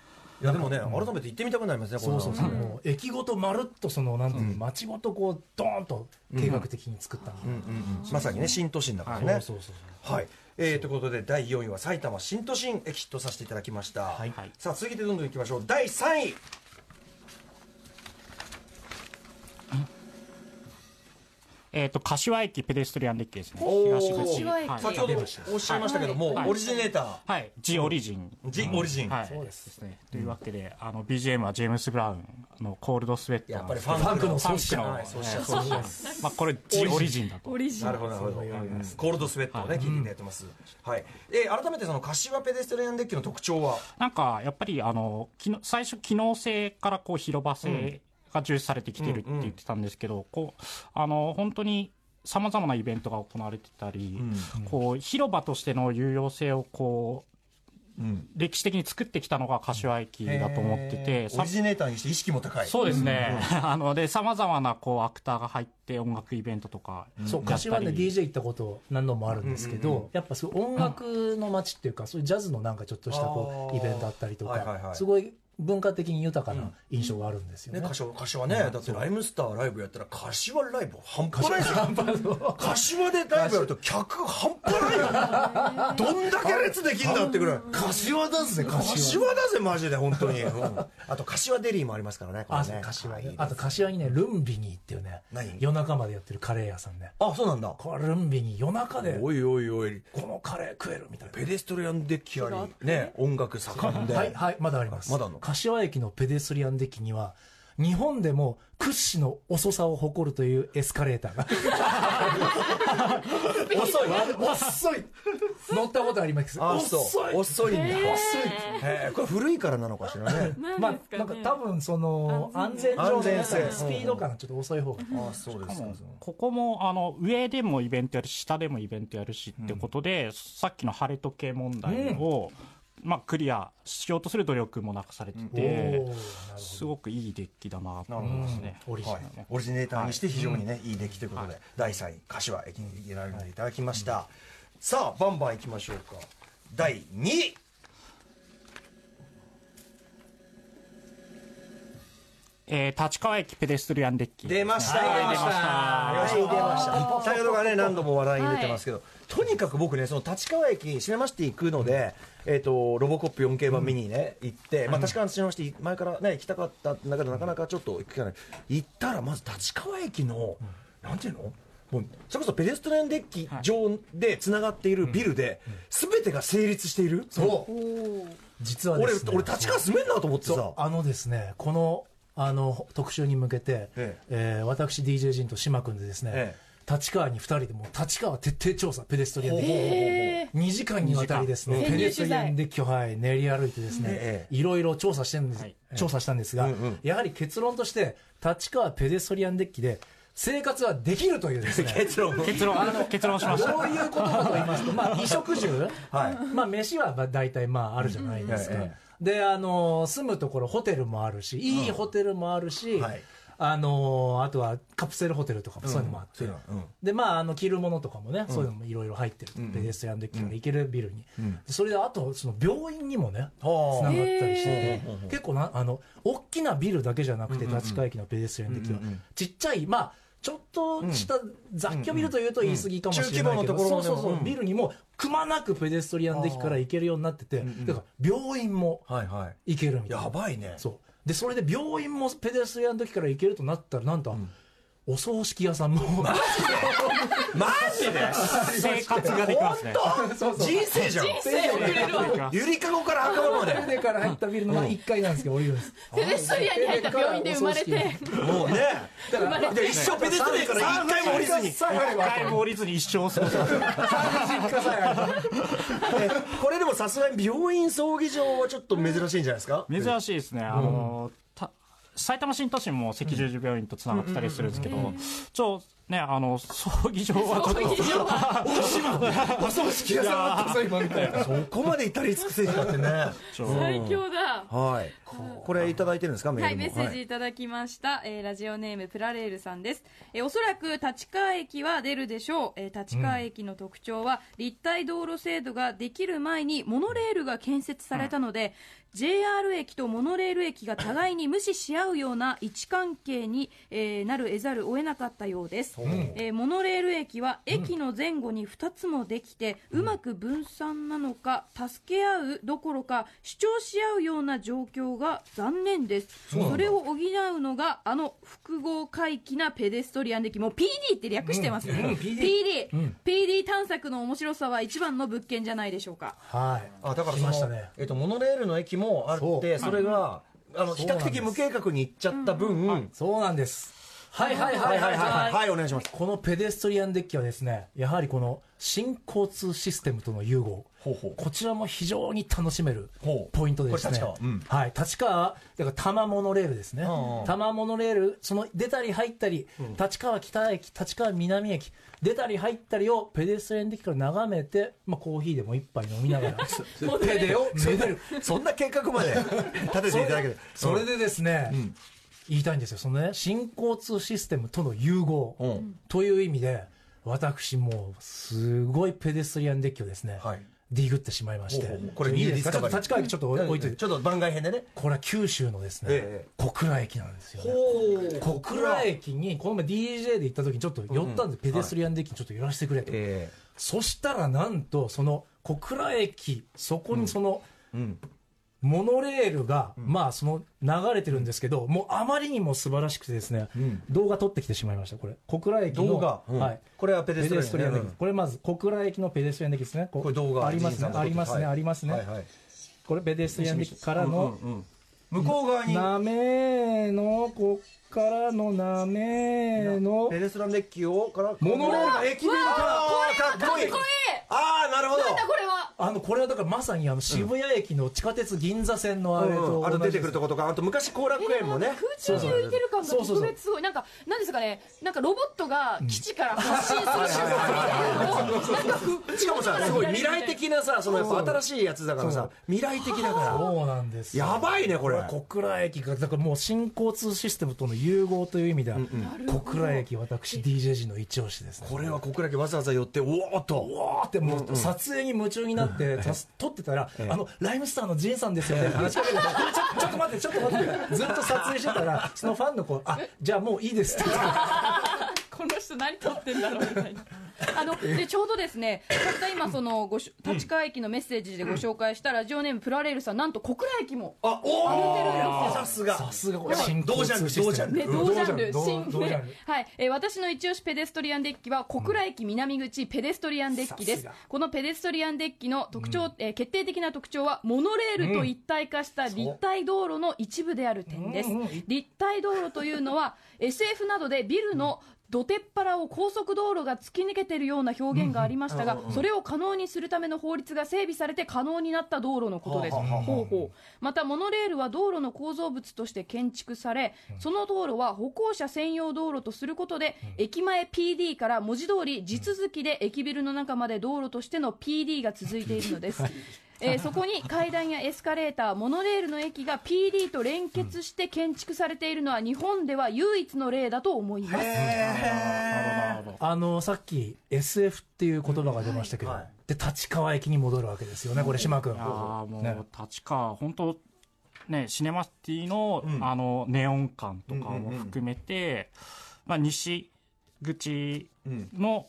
いやでもね、改めて行ってみたくなりますねこ
そうそうそう、
う
もう駅ごとまるっとそのなんていうの、街ごとこうドーンと計画的に作った、
まさにね新都心だからね
そうそうそう
はいえー、ということで第4位は埼玉新都心駅とさせていただきました、
い
さあ続いてどんどんいきましょう第3位
えっ、と柏駅ペデストリアンデッキですね
おー
東口
柏駅
はい
先ほどおっしゃいましたけども、
はい
オリジネータ
はい、ジオリジン。
ー、ジオリジン、
はい、
そうで
ですね。というわけで、あの BGM はジェームス・ブラウンのコールドスウェット
や
なん
っぱ
で
り
す
ファンクの
ファンクの
し
の
はい
え
そう
ー
しちゃう
そうですまあこれジオリジンだと。
オリジン
なるほどなるほど、コールドスウェットをね、聞いていただいてます、はいえー改めてその柏ペデストリアンデッキの特徴は
なんかやっぱりあの機能最初機能性からこう広場性が重視されてきてるって言ってたんですけど、こうあの本当に。さまざまなイベントが行われてたり、こう広場としての有用性をこう、歴史的に作ってきたのが柏駅だと思ってて、
オリジネーターにして意識も高い
そうですね。 あの、で、様々な、こう、アクターが入って、音楽イベントとか。
そう
やった
柏
り
で DJ 行ったこと何度もあるんですけど、やっぱそういう音楽の街っていうか、そういうジャズのなんかちょっとしたこ
あ
う
ー
イベントあったりとか、
はいはいはい
すごい文化的に豊かな印象があるんですよね。
ね、柏柏ね、だってライムスターライブやったら、柏ライブ半端ないですよ。 柏でライブやると客半端な いよ。どんだけ列できんだってぐらい。
柏だぜ、柏。
柏だぜ、マジで、本 当に。うんあと、柏デリーもありますからね、これ
あ
ね。
柏
いいね
あと柏にね、ルンビニーっていうね
何、
夜中までやってるカレー屋さんね。
あ、そうなんだ。
これルンビニー夜中で、
おいおいおい、
このカレー食えるみたいな。
ペデストリアンデッキあり、ね、音楽盛んで。
はい、はい、まだあります。
まだあんの
柏駅のペデストリアンデッキには、日本でも屈指の遅さを誇るというエスカレー ターが。遅い、遅い。乗ったことあります。
あ、そう。
遅い。
遅いんだ。へえこれ古いからなのかしら ね。
まあ、なんか多分その、安全上で、
安全性
スピード感がちょっと遅い方が。
あ、そうですか。
ここもあの上でもイベントやるし下でもイベントやるしってことで、さっきの晴れ時計問題を、まあ、クリアしようとする努力もなくされてて、
おー
すごくいいデッキだなと思いますね。
オリジナ
は
ル。
い、オリジネーターにして非常にね、い、い出来ということで、第3位柏駅に入れられていただきました、さあバンバンいきましょうか第2位
えー立川駅ペデストリアンデッキ
出ました、
はい出ました
はい出ました先ほどがね何度も話題に出てますけど、とにかく僕ねその立川駅シネマシティ行くので、えー、とロボコップ 4K 版見にね、行って、まあ、立川のシネマシティ前からね行きたかったんだけどなかなかちょっと行く機会ない行ったらまず立川駅の、なんていうのもうそれこそペデストリアンデッキ上でつながっているビルで、全てが成立している、そう
実はで
俺
すね。
俺立川住めんなと思ってさ
あのですね、この、あの、特集に向けて、
え
えー私 DJ 陣と島君でですね、
え
立川に2人でもう立川徹底調査、ペデストリアンデッキ。
え
2時間にわたりですね、
時間
ペデストリアンデッキを、はい、練り歩いてです
え
ね、
え
いろいろ調査してんです、
はい
調査したんですが、やはり結論として、立川ペデストリアンデッキで生活はできるというですね、
結論
結論結論しました
どういうことかと言いますと、まあ、衣食住、
はい
まあ、飯はまあ大体まああるじゃないです
うん
か
え。
で、あの、住むところ、ホテルもあるし、いいホテルもあるし、
はい
あの、あとはカプセルホテルとかもそういうのもあって、
そういうのうん
で、まあ、あの、着るものとかもね、そういうのもいろいろ入ってると。ペデストリアンデッキから行けるビルに。でそれで、あと、その病院にもね、つな
はあ
がったりしてて、結構な、あの、大きなビルだけじゃなくて、立川駅のペデストリアンデッキは、ちっちゃい、まあ、ちょっとした雑居ビルというと言い過ぎかもしれないけ
中
ど、
規模のところで
そ
も
うそうそう、
うん
ビルにもくまなくペデストリアンデッキから行けるようになってて、だから病院も
はいはい
行けるみたいな。
やばいね
そう。で、それで病院もペデストリアンデッキから行けるとなったら、なんと、お葬式屋さんも、
マジで
生活ができますね
そうそう
人生じゃんゆりかごから墓場まで
船から入ったビルのまあ1階なんですけど、降りるんです。
ペデストリアンに入った病院で生まれて
もうねだからで一生ペデストリアンから一回も降りずに
さえあれば
外部降りずに一生を過ごせます
実家さえあれば
えこれでもさすがに病院葬儀場はちょっと珍しいんじゃないですか
珍しいですね、あのた埼玉新都心も赤十字病院とつながってたりするんですけど、ちょねあの葬儀場はちょっと
お葬式屋さんあったぞ今みたい なそこまで至り尽くせちゃってね
ちょ
最強だ
はいこれいただいてるんですかメー
は
ル
い、
も
メッセージいただきました、えーラジオネームプラレールさんです、えーおそらく立川駅は出るでしょう、えー立川駅の特徴は、立体道路制度ができる前にモノレールが建設されたので、JR 駅とモノレール駅が互いに無視し合うような位置関係に、えーなる得ざるを得なかったようです、えーモノレール駅は駅の前後に2つもできて、うまく分散なのか助け合うどころか主張し合うような状況が残念ですそれを補うのがあの複合回帰なペデストリアンデッキもう PD って略してますね、PD、PD 探索の面白さは一番の物件じゃないでしょうか
はい。
あだから
来
そ
ました
の、
ね。
えっとモノレールの駅もあってそれがあの比較的無計画に行っちゃった分はい
そうなんです。はいはいは
はいいはいはいはいお願いします
このペデストリアンデッキはですね、やはりこの新交通システムとの融合。
ほうほう
こちらも非常に楽しめる
ほう
ポイントですね。
これ立川うん
はい。立川、だから多摩モノレールですね。
んうん
多摩モノレール、その出たり入ったり、立川北駅、立川南駅、出たり入ったりをペデストリアンデッキから眺めて、まあコーヒーでも一杯飲みな がら、ペデを めでる。
そんな計画まで 立てていただける
それでですね、言いたいんですよ、そのね、新交通システムとの融合
うん
という意味で、私もうすごいペデストリアンデッキをですね、
はい
ディグってしまいまして
ほうほうこれ
いい
いい
で
ですすか
かちょっと立川駅ちょっと置いといて
ちょっと番外編でね
これは九州のですね、
え
小倉駅なんですよ、ね、小倉駅にこの前 DJ で行った時にちょっと寄ったんで、ペデストリアンデッキにちょっと寄らせてくれと、
え
そしたらなんとその小倉駅そこにその、
ん
モノレールが、まあその流れてるんですけど、もうあまりにも素晴らしくてですね、動画撮ってきてしまいましたこれ小倉駅の
動画うん
はい
これはペデストリアン
ペデデッキ
うん
これまず小倉駅のペデストリアンデッキですねこ
これ動画
ありますねありますね、
はい
ありますね、
はいはい
これペデストリアンデッキからの、
向こう側に
なめーの、こっからのなめーの
ペ、デストランデッキをから
モノレール
が駅ビルからあーかっこいいああなるほど
なんだこれは
あの、これはだからまさにあの渋谷駅の地下鉄銀座線のあれ
うん
と
あ
同
れ
じ
出てく
で
るとことかあと昔後楽園もね
空中に浮いてる感が
そうそうそう
特別すごいなんかなんですかねなんかロボットが基地から発信する瞬間みたいななんかふ
しかもさすごい未来的なさそのやっぱ新しいやつだからさ未来的だ
す。
か
そうなんです
ら
よ。
やばいねこれ
小倉駅が、だからもう新交通システムとの融合という意味では、小倉駅、私、DJ 陣の一押しですね。
これは小倉家わざわざ寄っておおっと
わーってもう撮影に夢中になって、さ撮ってたら、あの、ライムスターのジンさんですよねって話しかけて、ちょちょっと待って、ちょっと待って、ずっと撮影してたら、そのファンの子、あ、じゃあもういいですって言って
この人何撮ってんだろうみたいな。 あのでちょうどですね、たった今そのごし立川駅のメッセージでご紹介したラジオネームプラレールさん、なんと小倉駅も
あおおさすが
さすがこれ
やっぱ
新交通システム
同ジャンル
ね、同ジャンル、
同ジャンル
新
同ジャ
ね
ンル、
はい、えー私の一押しペデストリアンデッキは小倉駅南口ペデストリアンデッキで
さす
す
が。
このペデストリアンデッキの特徴、えー決定的な特徴はモノレールと一体化した立体道路の一部である点です。立体道路というのは SF などでビルの土手っ腹を高速道路が突き抜けているような表現がありましたが、それを可能にするための法律が整備されて可能になった道路のことです。ほうほうまた、モノレールは道路の構造物として建築され、その道路は歩行者専用道路とすることで、駅前 PD から文字通り地続きで駅ビルの中まで道路としての PD が続いているのです。えーそこに階段やエスカレーター、モノレールの駅が PD と連結して建築されているのは日本では唯一の例だと思います。
あのさっき SF っていう言葉が出ましたけど、で立川駅に戻るわけですよねこれ島君
ああも
ね
う立川本当ねシネマシティの、あのネオン感とかも含めて、まあ西口の、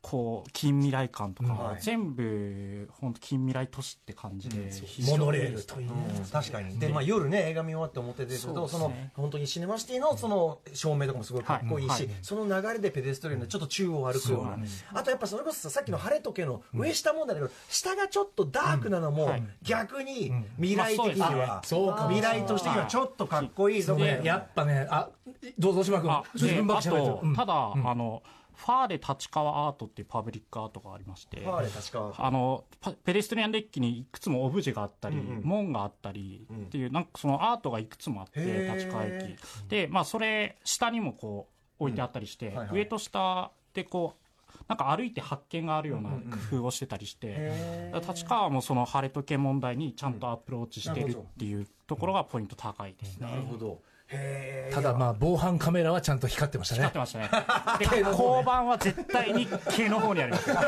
こう近未来感とか、全部本当近未来都市って感じで、非常
モ
に
ノレールという
確かにで、まあ、夜ね映画見終わって表出るとそ,、
そうですね
の本当にシネマシティのその照明とかもすごいかっこいいし、
はいはい
その流れでペデストリアンでちょっと中央を歩くよう
そう
な
なんで
あとやっぱそれこそささっきの晴れ時計の上下問題だけど、下がちょっとダークなのも
はい
逆に未来的に
ま
は
あ
そうかも
未来としてにはちょっとかっこいいぞこれ
ねやっぱねあどうぞ島君
あ
自
で
分ば
あ
っかり喋って
と
る、うん
ただ、あのファーレ立川アートっていうパブリックアートがありまして
ファーレ立川
あのパペデストリアンデッキにいくつもオブジェがあったり、門があったりっていう、なんかそのアートがいくつもあって
へー
立川駅でまあそれ下にもこう置いてあったりして、
はいはい
上と下でこうなんか歩いて発見があるような工夫をしてたりして、だから立川もその晴れ時計問題にちゃんとアプローチしてるっていうところがポイント高いですね。
なるほどへえ
ただまあ防犯カメラはちゃんと光ってま した
光
ね
ってましたね。で、交番は絶対に毛の方にあります。
毛の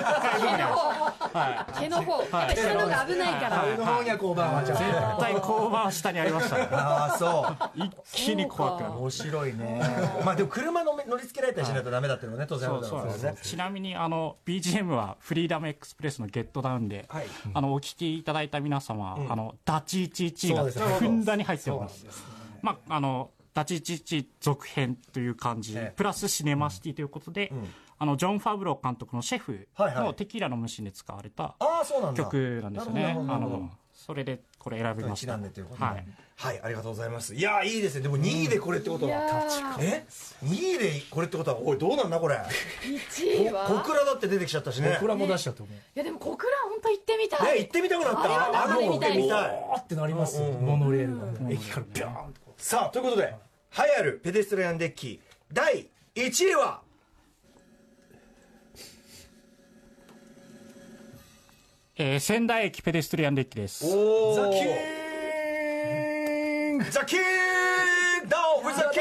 方、毛の方、やっぱ下のが危ないから。
上の方には交番はちゃんと
絶対交番は下にありましたね。
ああそう
一気に怖くなる。
面白いねまあでも車のめ乗り付けられたりしないとダメだっていうのはね当然あ
そ
る
う
だ
そう
ろ
な
うんか
で
ら
す
ね
ちなみにあの BGM はフリーダムエクスプレスのゲットダウンで、
はい
あのお聞きいただいた皆様、あのダチーチーチー
そう
が
です
ふんだんに入っております。まああのダチーチーチー続編という感じ、
ええ
プラスシネマシティということで、あのジョン・ファブロー監督のシェフ
はいはい
のテキーラの無心で使われた
ああそうなんだ
曲なんですよ
なる
ね。あ
ほどなるほど
のそれでこれ選びまし
一
た。
段でということで、
は
はい
い、
ありがとうございますいやーいいですねでも2位でこれってこと
い
は、
や
え2位でこれってことはおいどうなんだこれ
ー、1位は。
小倉だって出てきちゃったしね
僕らも出したと思う
いやでも小倉本当行ってみた
ね
い。
行ってみたくなった
あれは生で見た
あ
い
の行ってみたい
おーってなりますよモノレールがもう駅からビャーンとこ
さあということで栄えあるペデストリアンデッキ第1位は
えー仙台駅ペデストリアンデッキです。
お
ザキ
ングザキングダウンザキン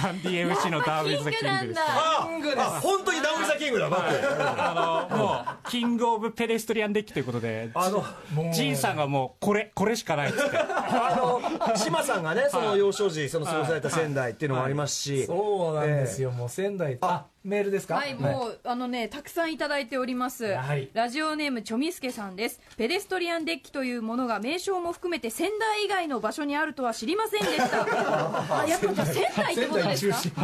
サンディ MC のダーウィンズ・キングです。
ああ本当にダウンザキングだ、待って
あの、もう、キング・オブ・ペデストリアンデッキということで、あの、ジンさんがもう、これ、これしかないっつって。
あの島さんがね、その幼少時、その過ごされた仙台っていうのもありますし、
そうなんですよ、もう仙台あメールですか
はい、もう、あのね、たくさんいただいております。
はい
ラジオネーム、ちょみすけさんです。ペデストリアンデッキというものが名称も含めて仙台以外の場所にあるとは知りませんでした。あ、やっぱじゃあ仙台ってことですか
仙
正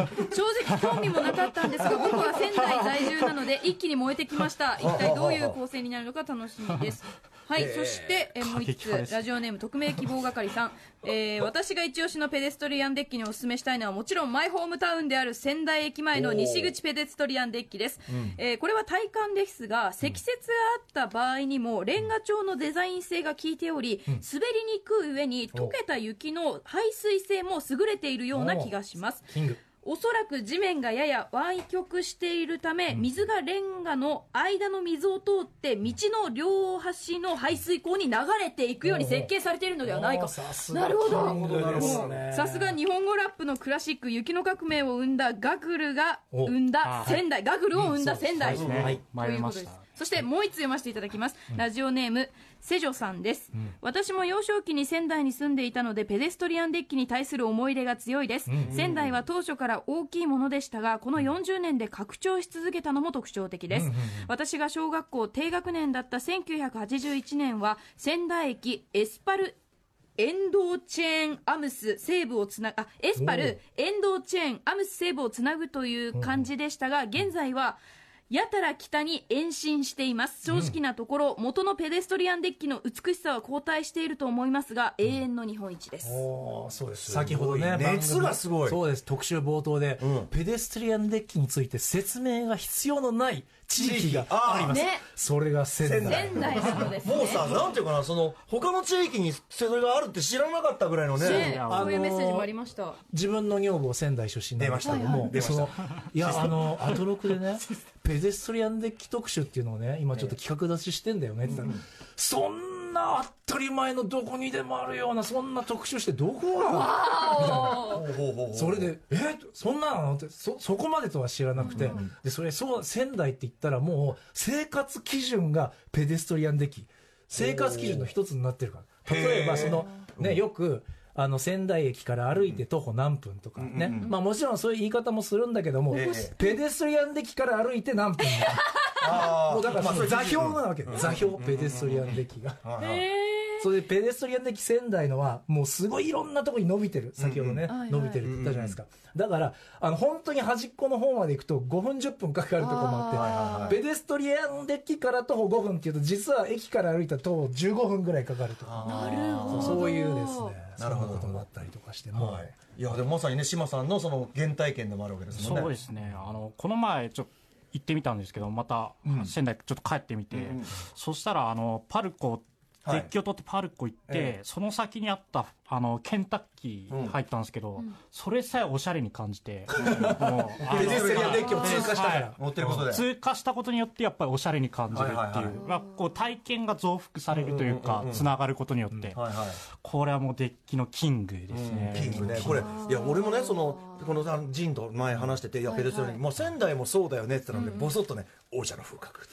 直興味もなかったんですが、僕は仙台在住なので一気に燃えてきました。一体どういう構成になるのか楽しみです。はい、そして、えもう一
過激派で
つ、
す
ラジオネーム匿名希望係 さん、えー私が一押しのペデストリアンデッキにお勧めしたいのはもちろんマイホームタウンである仙台駅前の西口ペデストリアンデッキです、えーこれは体感ですが積雪があった場合にもレンガ調のデザイン性が効いており、滑りにくい上に溶けた雪の排水性も優れているような気がします
キング
おそらく地面がやや湾曲しているため、水がレンガの間の水を通って、道の両端の排水溝に流れていくように設計されているのではないか。なるほど。もうさすが日本語ラップのクラシック、雪の革命を生んだガグルが
お
生んだ仙台、ガグルを生んだ仙台。
そうですねはい
ということで
迷いました
す。そしてもう一つ読ませていただきます。ラジオネーム、セジョさんです、私も幼少期に仙台に住んでいたので、ペデストリアンデッキに対する思い入れが強いです。仙台は当初から大きいものでしたが、この40年で拡張し続けたのも特徴的です。私が小学校低学年だった1981年は、仙台駅エスパル沿道チェーンアムス西部をつなあエスパル沿道チェーンアムス西部をつなぐという感じでしたが現在はやたら北に延伸しています正直なところ、元のペデストリアンデッキの美しさは後退していると思いますが永遠の日本一です、
おーそうです先ほどね
熱がすごい
番組そうです特集冒頭で、ペデストリアンデッキについて説明が必要のない地域があります
ね
それが仙台
仙台なのですね
もうさ、なんていうかな、その、他の地域にそれがあるって知らなかったぐらいのね、
ねそういうメッセージもありました、
自分の女房仙台出身なんですけども、
出ま
そ
した
のいやあのアト ロクでねペデストリアンデッキ特集っていうのをね今ちょっと企画出ししてんだよねって言ったら、そんな当たり前のどこにでもあるようなそんな特集してどこがそれでえそんなのってそそこまでとは知らなくて、でそれそう仙台って言ったらもう生活基準がペデストリアンデッキ生活基準の一つになってるから例えばそのねよくあの仙台駅から歩いて徒歩何分とかね、まあ、もちろんそういう言い方もするんだけども、ペデストリアンデッキから歩いて何分とか もうだからその座標なわけ、座標ペデストリアンデッキが。それでペデストリアン的仙台のはもうすごいいろんなとこに伸びてる先ほどね、
はい
伸びてるって言ったじゃないですか、だからあの本当に端っこの方まで行くと5分10分かかるとこもあってペデストリアンデッキから徒歩5分っていうと実は駅から歩いたら徒歩15分ぐらいかかるとか
なるほ
そう
ど
そういうですね
なるほど
そんなこともあったりとかしてもう、
はい、いやでもまさにね島さんのその原体験でもあるわけですもんね
そうですね、あのこの前、ちょっと行ってみたんですけど、また仙台、ちょっと帰ってみて、そしたら、あのパルコ、
はい
デッキを取ってパルコ行って、
え
その先にあったあのケンタッキー入ったんですけど、それさえおしゃれに感 じて、もうあの
ペデストリアンデッキを
通過したから
乗ってることで
通過したことによってやっぱりおしゃれに感じるっていう、
はいはいはい
まあ、こう体験が増幅されるというか、つながることによって、
はいはい
これはもうデッキのキングですね、
キングね、これ、いや、俺もね、その、このさ、ジンと前話してて、いや、ペデストリアン、もう仙台もそうだよねって言ったので、ぼそっとね、王者の風格。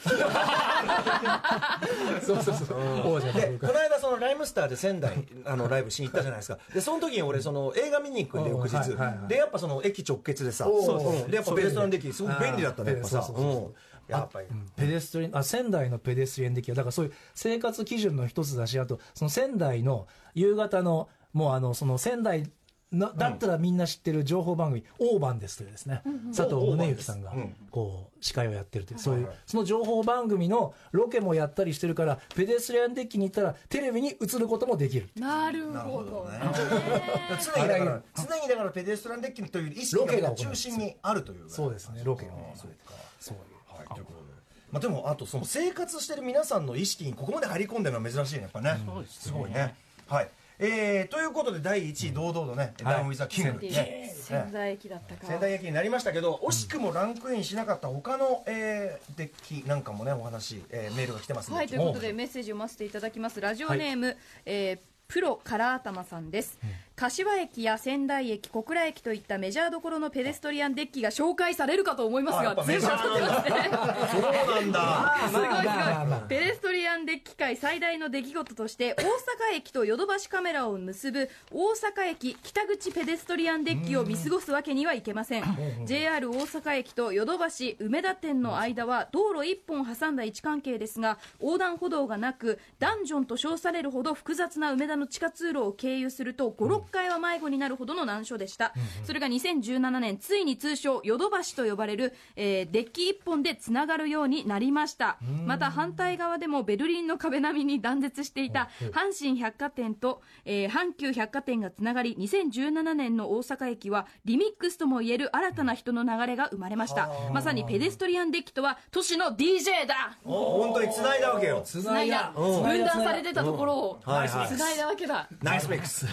そうそうそう王者の
で、この間、そのライムスターで仙台、あの、ライブしに行ったじゃないですか。で、その時に俺、その、映画見に行くんで、
うん
翌
はいはいは
日。
い
で、やっぱその、駅直結でさ、
おー
うんで、やっぱペデストリアンデッキ、すごく便利だったね、
あー
やっぱさ。
そう
う
そうそうん
やっぱり。
ペデストリあ仙台のペデストリアンデッキはだからそういう生活基準の一つだしあとその仙台の夕方のもうあのその仙台なだったらみんな知ってる情報番組「オーバンです」というですね、佐藤宗之さんがこう司会をやってるという、そういうその情報番組のロケもやったりしてるからペデストリアンデッキに行ったらテレビに映ることもできる
なるほどね
常にだから、常にだからペデストランデッキという意識
ロケ
が
が行われてる
中心にあるという。
そうですねロケが
そうか。
そういう
はい、ということで。まあ、でも、あと、その生活してる皆さんの意識にここまで張り込んでるのは珍しいね、やっぱね。
そうです
す
ね
ごいね。はい。えー、ということで、第1位、堂々とね、ダウン・ウィザ・キング、ね。
仙台駅だったか
仙台駅になりましたけど、惜しくもランクインしなかった他の、えー、デッキなんかもね、お話、えーメールが来てますね。
はい、ということでメッセージを読ませていただきます。ラジオネーム、えープロカラータマさんです、柏駅や仙台駅、小倉駅といったメジャーどころのペデストリアンデッキが紹介されるかと思います
あやっぱ
が、全部当たってますね。
そうなんだ。
すごいすごい
まあまあまあ
ペデストリアンデッキ界最大の出来事として大阪駅とヨドバシカメラを結ぶ大阪駅北口ペデストリアンデッキを見過ごすわけにはいけません JR 大阪駅とヨドバシ梅田店の間は道路1本挟んだ位置関係ですが横断歩道がなくダンジョンと称されるほど複雑な梅田の地下通路を経由すると56回は迷子になるほどの難所でしたそれが2017年ついに通称ヨドバシと呼ばれる、えーデッキ1本でつながるようになりましたまた反対側でもベルリンの壁並みに断絶していた阪神百貨店と、えー阪急百貨店がつながり2017年の大阪駅はリミックスともいえる新たな人の流れが生まれましたまさにペデストリアンデッキとは都市の DJ だ
本当に繋いだわけよ。
つ
つないだ分断されてたところをつ
はいはい
ないだわけだ
ナイスメックス。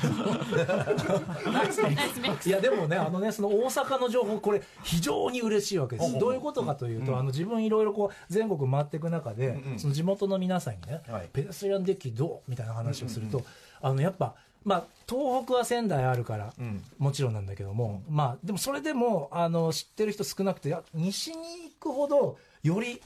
ナイスメイク
いやでもね、あのね、その大阪の情報、これ、非常に嬉しいわけです、どういうことかというと、あの自分、いろいろこう全国回っていく中で、その地元の皆さんにね、
はい
ペデストリアンデッキどうみたいな話をすると、あのやっぱ、まあ、東北は仙台あるから、もちろんなんだけども、まあ、でもそれでもあの知ってる人少なくて、や西に行くほど、より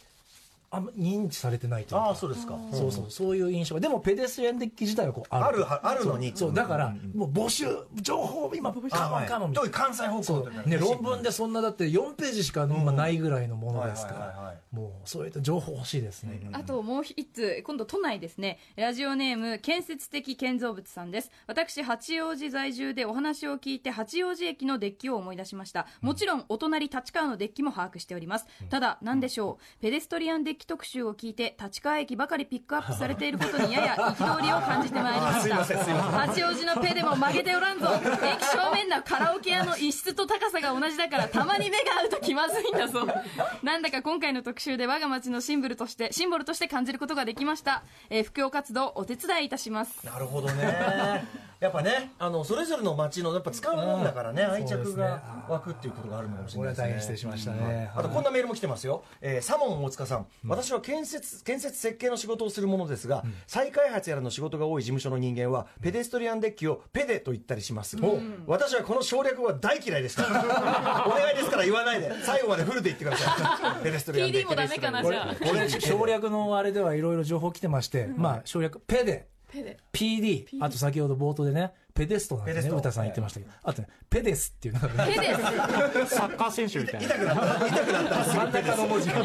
あんま認知されてないというか。
うですか。
そうそう、そういう印象が。でも、ペデストリアンデッキ自体はこう
あるはあるのに
そう、そうだから、もう募集、情報、今、カモンカモンみたい
特
な
に関西方向
そう
とか
ね、論文でそんなだって4ページしか、まあないぐらいのものですか
はいはいはいは
ら
い、
もうそういった情報欲しいですね。
あともう一つ、今度都内ですね。ラジオネーム、建設的建造物さんです。私、八王子在住でお話を聞いて、八王子駅のデッキを思い出しました。もちろん、お隣立川のデッキも把握しております。ただ、なんでしょう。ペデストリアンデッキ特集を聞いて、立川駅ばかりピックアップされていることにやや憤りを感じてまいりました。
あすいませんすいま
八王子のペでも曲げておらんぞ。駅正面のカラオケ屋の一室と高さが同じだから、たまに目が合うと気まずいんだぞ。なんだか今回の特集で我が町のシンボルとして、シンボルとして感じることができました。えー、布教活動お手伝いいたします。
なるほどね。やっぱね、あのそれぞれの町のやっぱ使うもんだからね、愛着が湧くっていうことがあるのかもしれ
これ
ない
は
ですね。
大変失礼しましたね。
あとこんなメールも来てますよ、えーサモン大塚さん、私は建設建設設計の仕事をするものですが、再開発やらの仕事が多い事務所の人間は、ペデストリアンデッキをペデと言ったりします、私はこの省略は大嫌いでした、 お願いですから言わないで、最後までフルで言ってくださ い、ペデストリアンデッ
TD
キ。
もダメかな、じゃあ。
これ、省略のあれではいろいろ情報来てまして、まあ、省略、ペで、PD、あと先ほど冒頭でね、ペデストなん
ペ
て
デ
ね、
スト
歌さん言ってましたけど、あとね、ペデスっていうのがね、
ペです。
サッカー選手みたいな。
真ん中の文字が。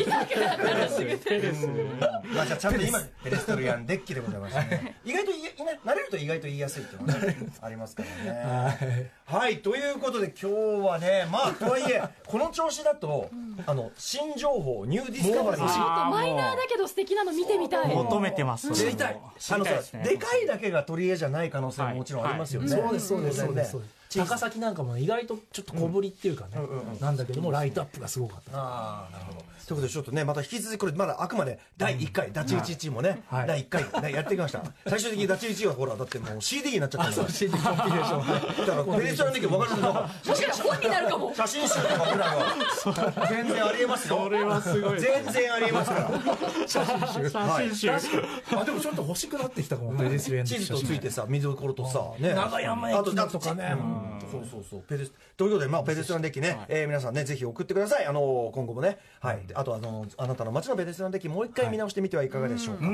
まあじゃあちゃんと今ペデストリアンデッキでございますね 意外と言い慣れると意外と言いやすいっていうのはねありますからねはい、ということで今日はねまあとはいえこの調子だと、あの新情報ニューディスカバリー
ちょっとマイナー
で
だけど素敵なの見てみたい。
求めてます。知りたい。知
あ
り
の
たいで
さ
す
で,、
ね。
かいだけが取り柄じゃない可能性ももちろんありますよね、
そうです、そうです、そうです。そう
ね
です高崎なんかも意外とちょっと小ぶりっていうかね、なんだけども、ライトアップがすごかった。
ああなるほどということでちょっとねまた引き続きこれまだあくまで第1回ダチウチチもね、
はい
第1回、ね、やってきました最終的にダチウチはほらだってもう CD になっちゃったから
シェイクコンピレーション
だからペデストリアンデッキ分かるんだから
もしかしたら本になるかも。
写真集とかぐらいは全然ありえますよ
それはすごい。
全然ありえますから
写真集。
あでもちょっと欲しくなってきたか も、ペデストリアンデ
地
ッキ
図
写
とつ
真
いてさ水どころとさね
長山駅のとかね
あとだってうんそうそうそうペデスということでまあペデストランデッキねえー皆さんねぜひ送ってくださいあの今後もねはいあとあのあなたの街のペデストランデッキもう一回見直してみてはいかがでしょうか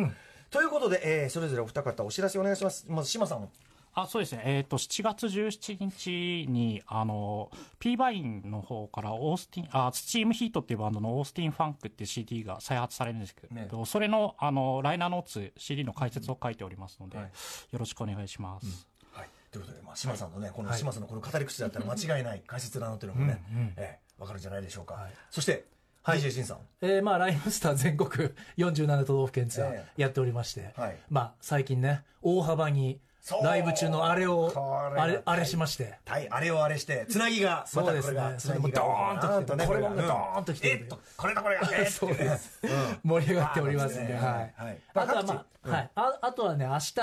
ということでえーそれぞれお二方お知らせお願いしますまず島さん
あそうですね、えー、と7月17日にあの P バインの方からオースティンあスチームヒートっていうバンドのオースティン・ファンクっていう CD が再発されるんですけど、
ね
それのあのライナーノーツ CD の解説を書いておりますので、
はい
よろしくお願いします。
はいということでまあ島さんのねこの島さんのこの語り口だったら間違いない解説だなというのもねえーわかるんじゃないでしょうかそして DJ 新さん
えーまあ、ライムスター全国47都道府県ツアー
え
やっておりまして、
はい
まあ、最近ね、大幅に
そう
ライブ中のあれを
こ、れ
あれ、あれしまして、
はい、あれをあれして、つなぎが、ま
そう
た
で
こ
す
れ
ね
が、つ
そ
な
れも
ぎが
ドーンと来て
ね、
これも
が
ドーンと来てる
えっと、これだこれが、えっと
そうです。盛り上がっておりますんで、
うん
はい。
はい
あとはまあ、はい。ああとはね、明日、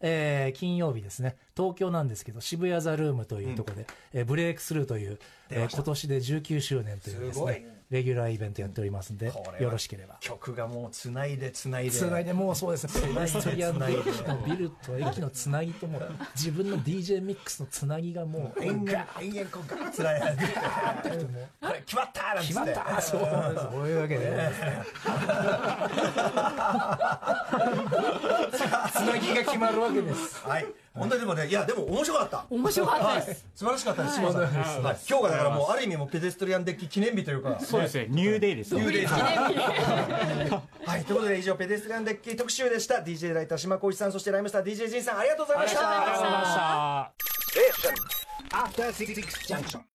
えー金曜日ですね、東京なんですけど、渋谷ザルームというところで、えーブレイクスルーという、えー今年で19周年というです
すごい
ね、レギュラーイベントやっておりますんで
これ、は
よろしければ。
曲がもうつないでつないで
つないでもうそうですね、ペデストリアンの駅のビルと駅のつなぎとも、自分の DJ ミックスのつなぎがもう、
延々延々こうガーッつ ないでこれ決まったなんつって
決まったそうそういうわけで、 つなぎが決まるわけです。
はい本当にでもねいやでも面白かった
面白かったです。
素晴らしかったです、島田さんはい今日がだからもうある意味もうペデストリアンデッキ記念日というか
そうですね、ニューデイですね。
ニューデイ
記念日
はい、ということで以上、ペデストリアンデッキ特集でした。DJ ライター、島浩一さん、そしてライムスター、DJ ジンさん、ありがとうございました。
ありがとうございました。
After Six Junction.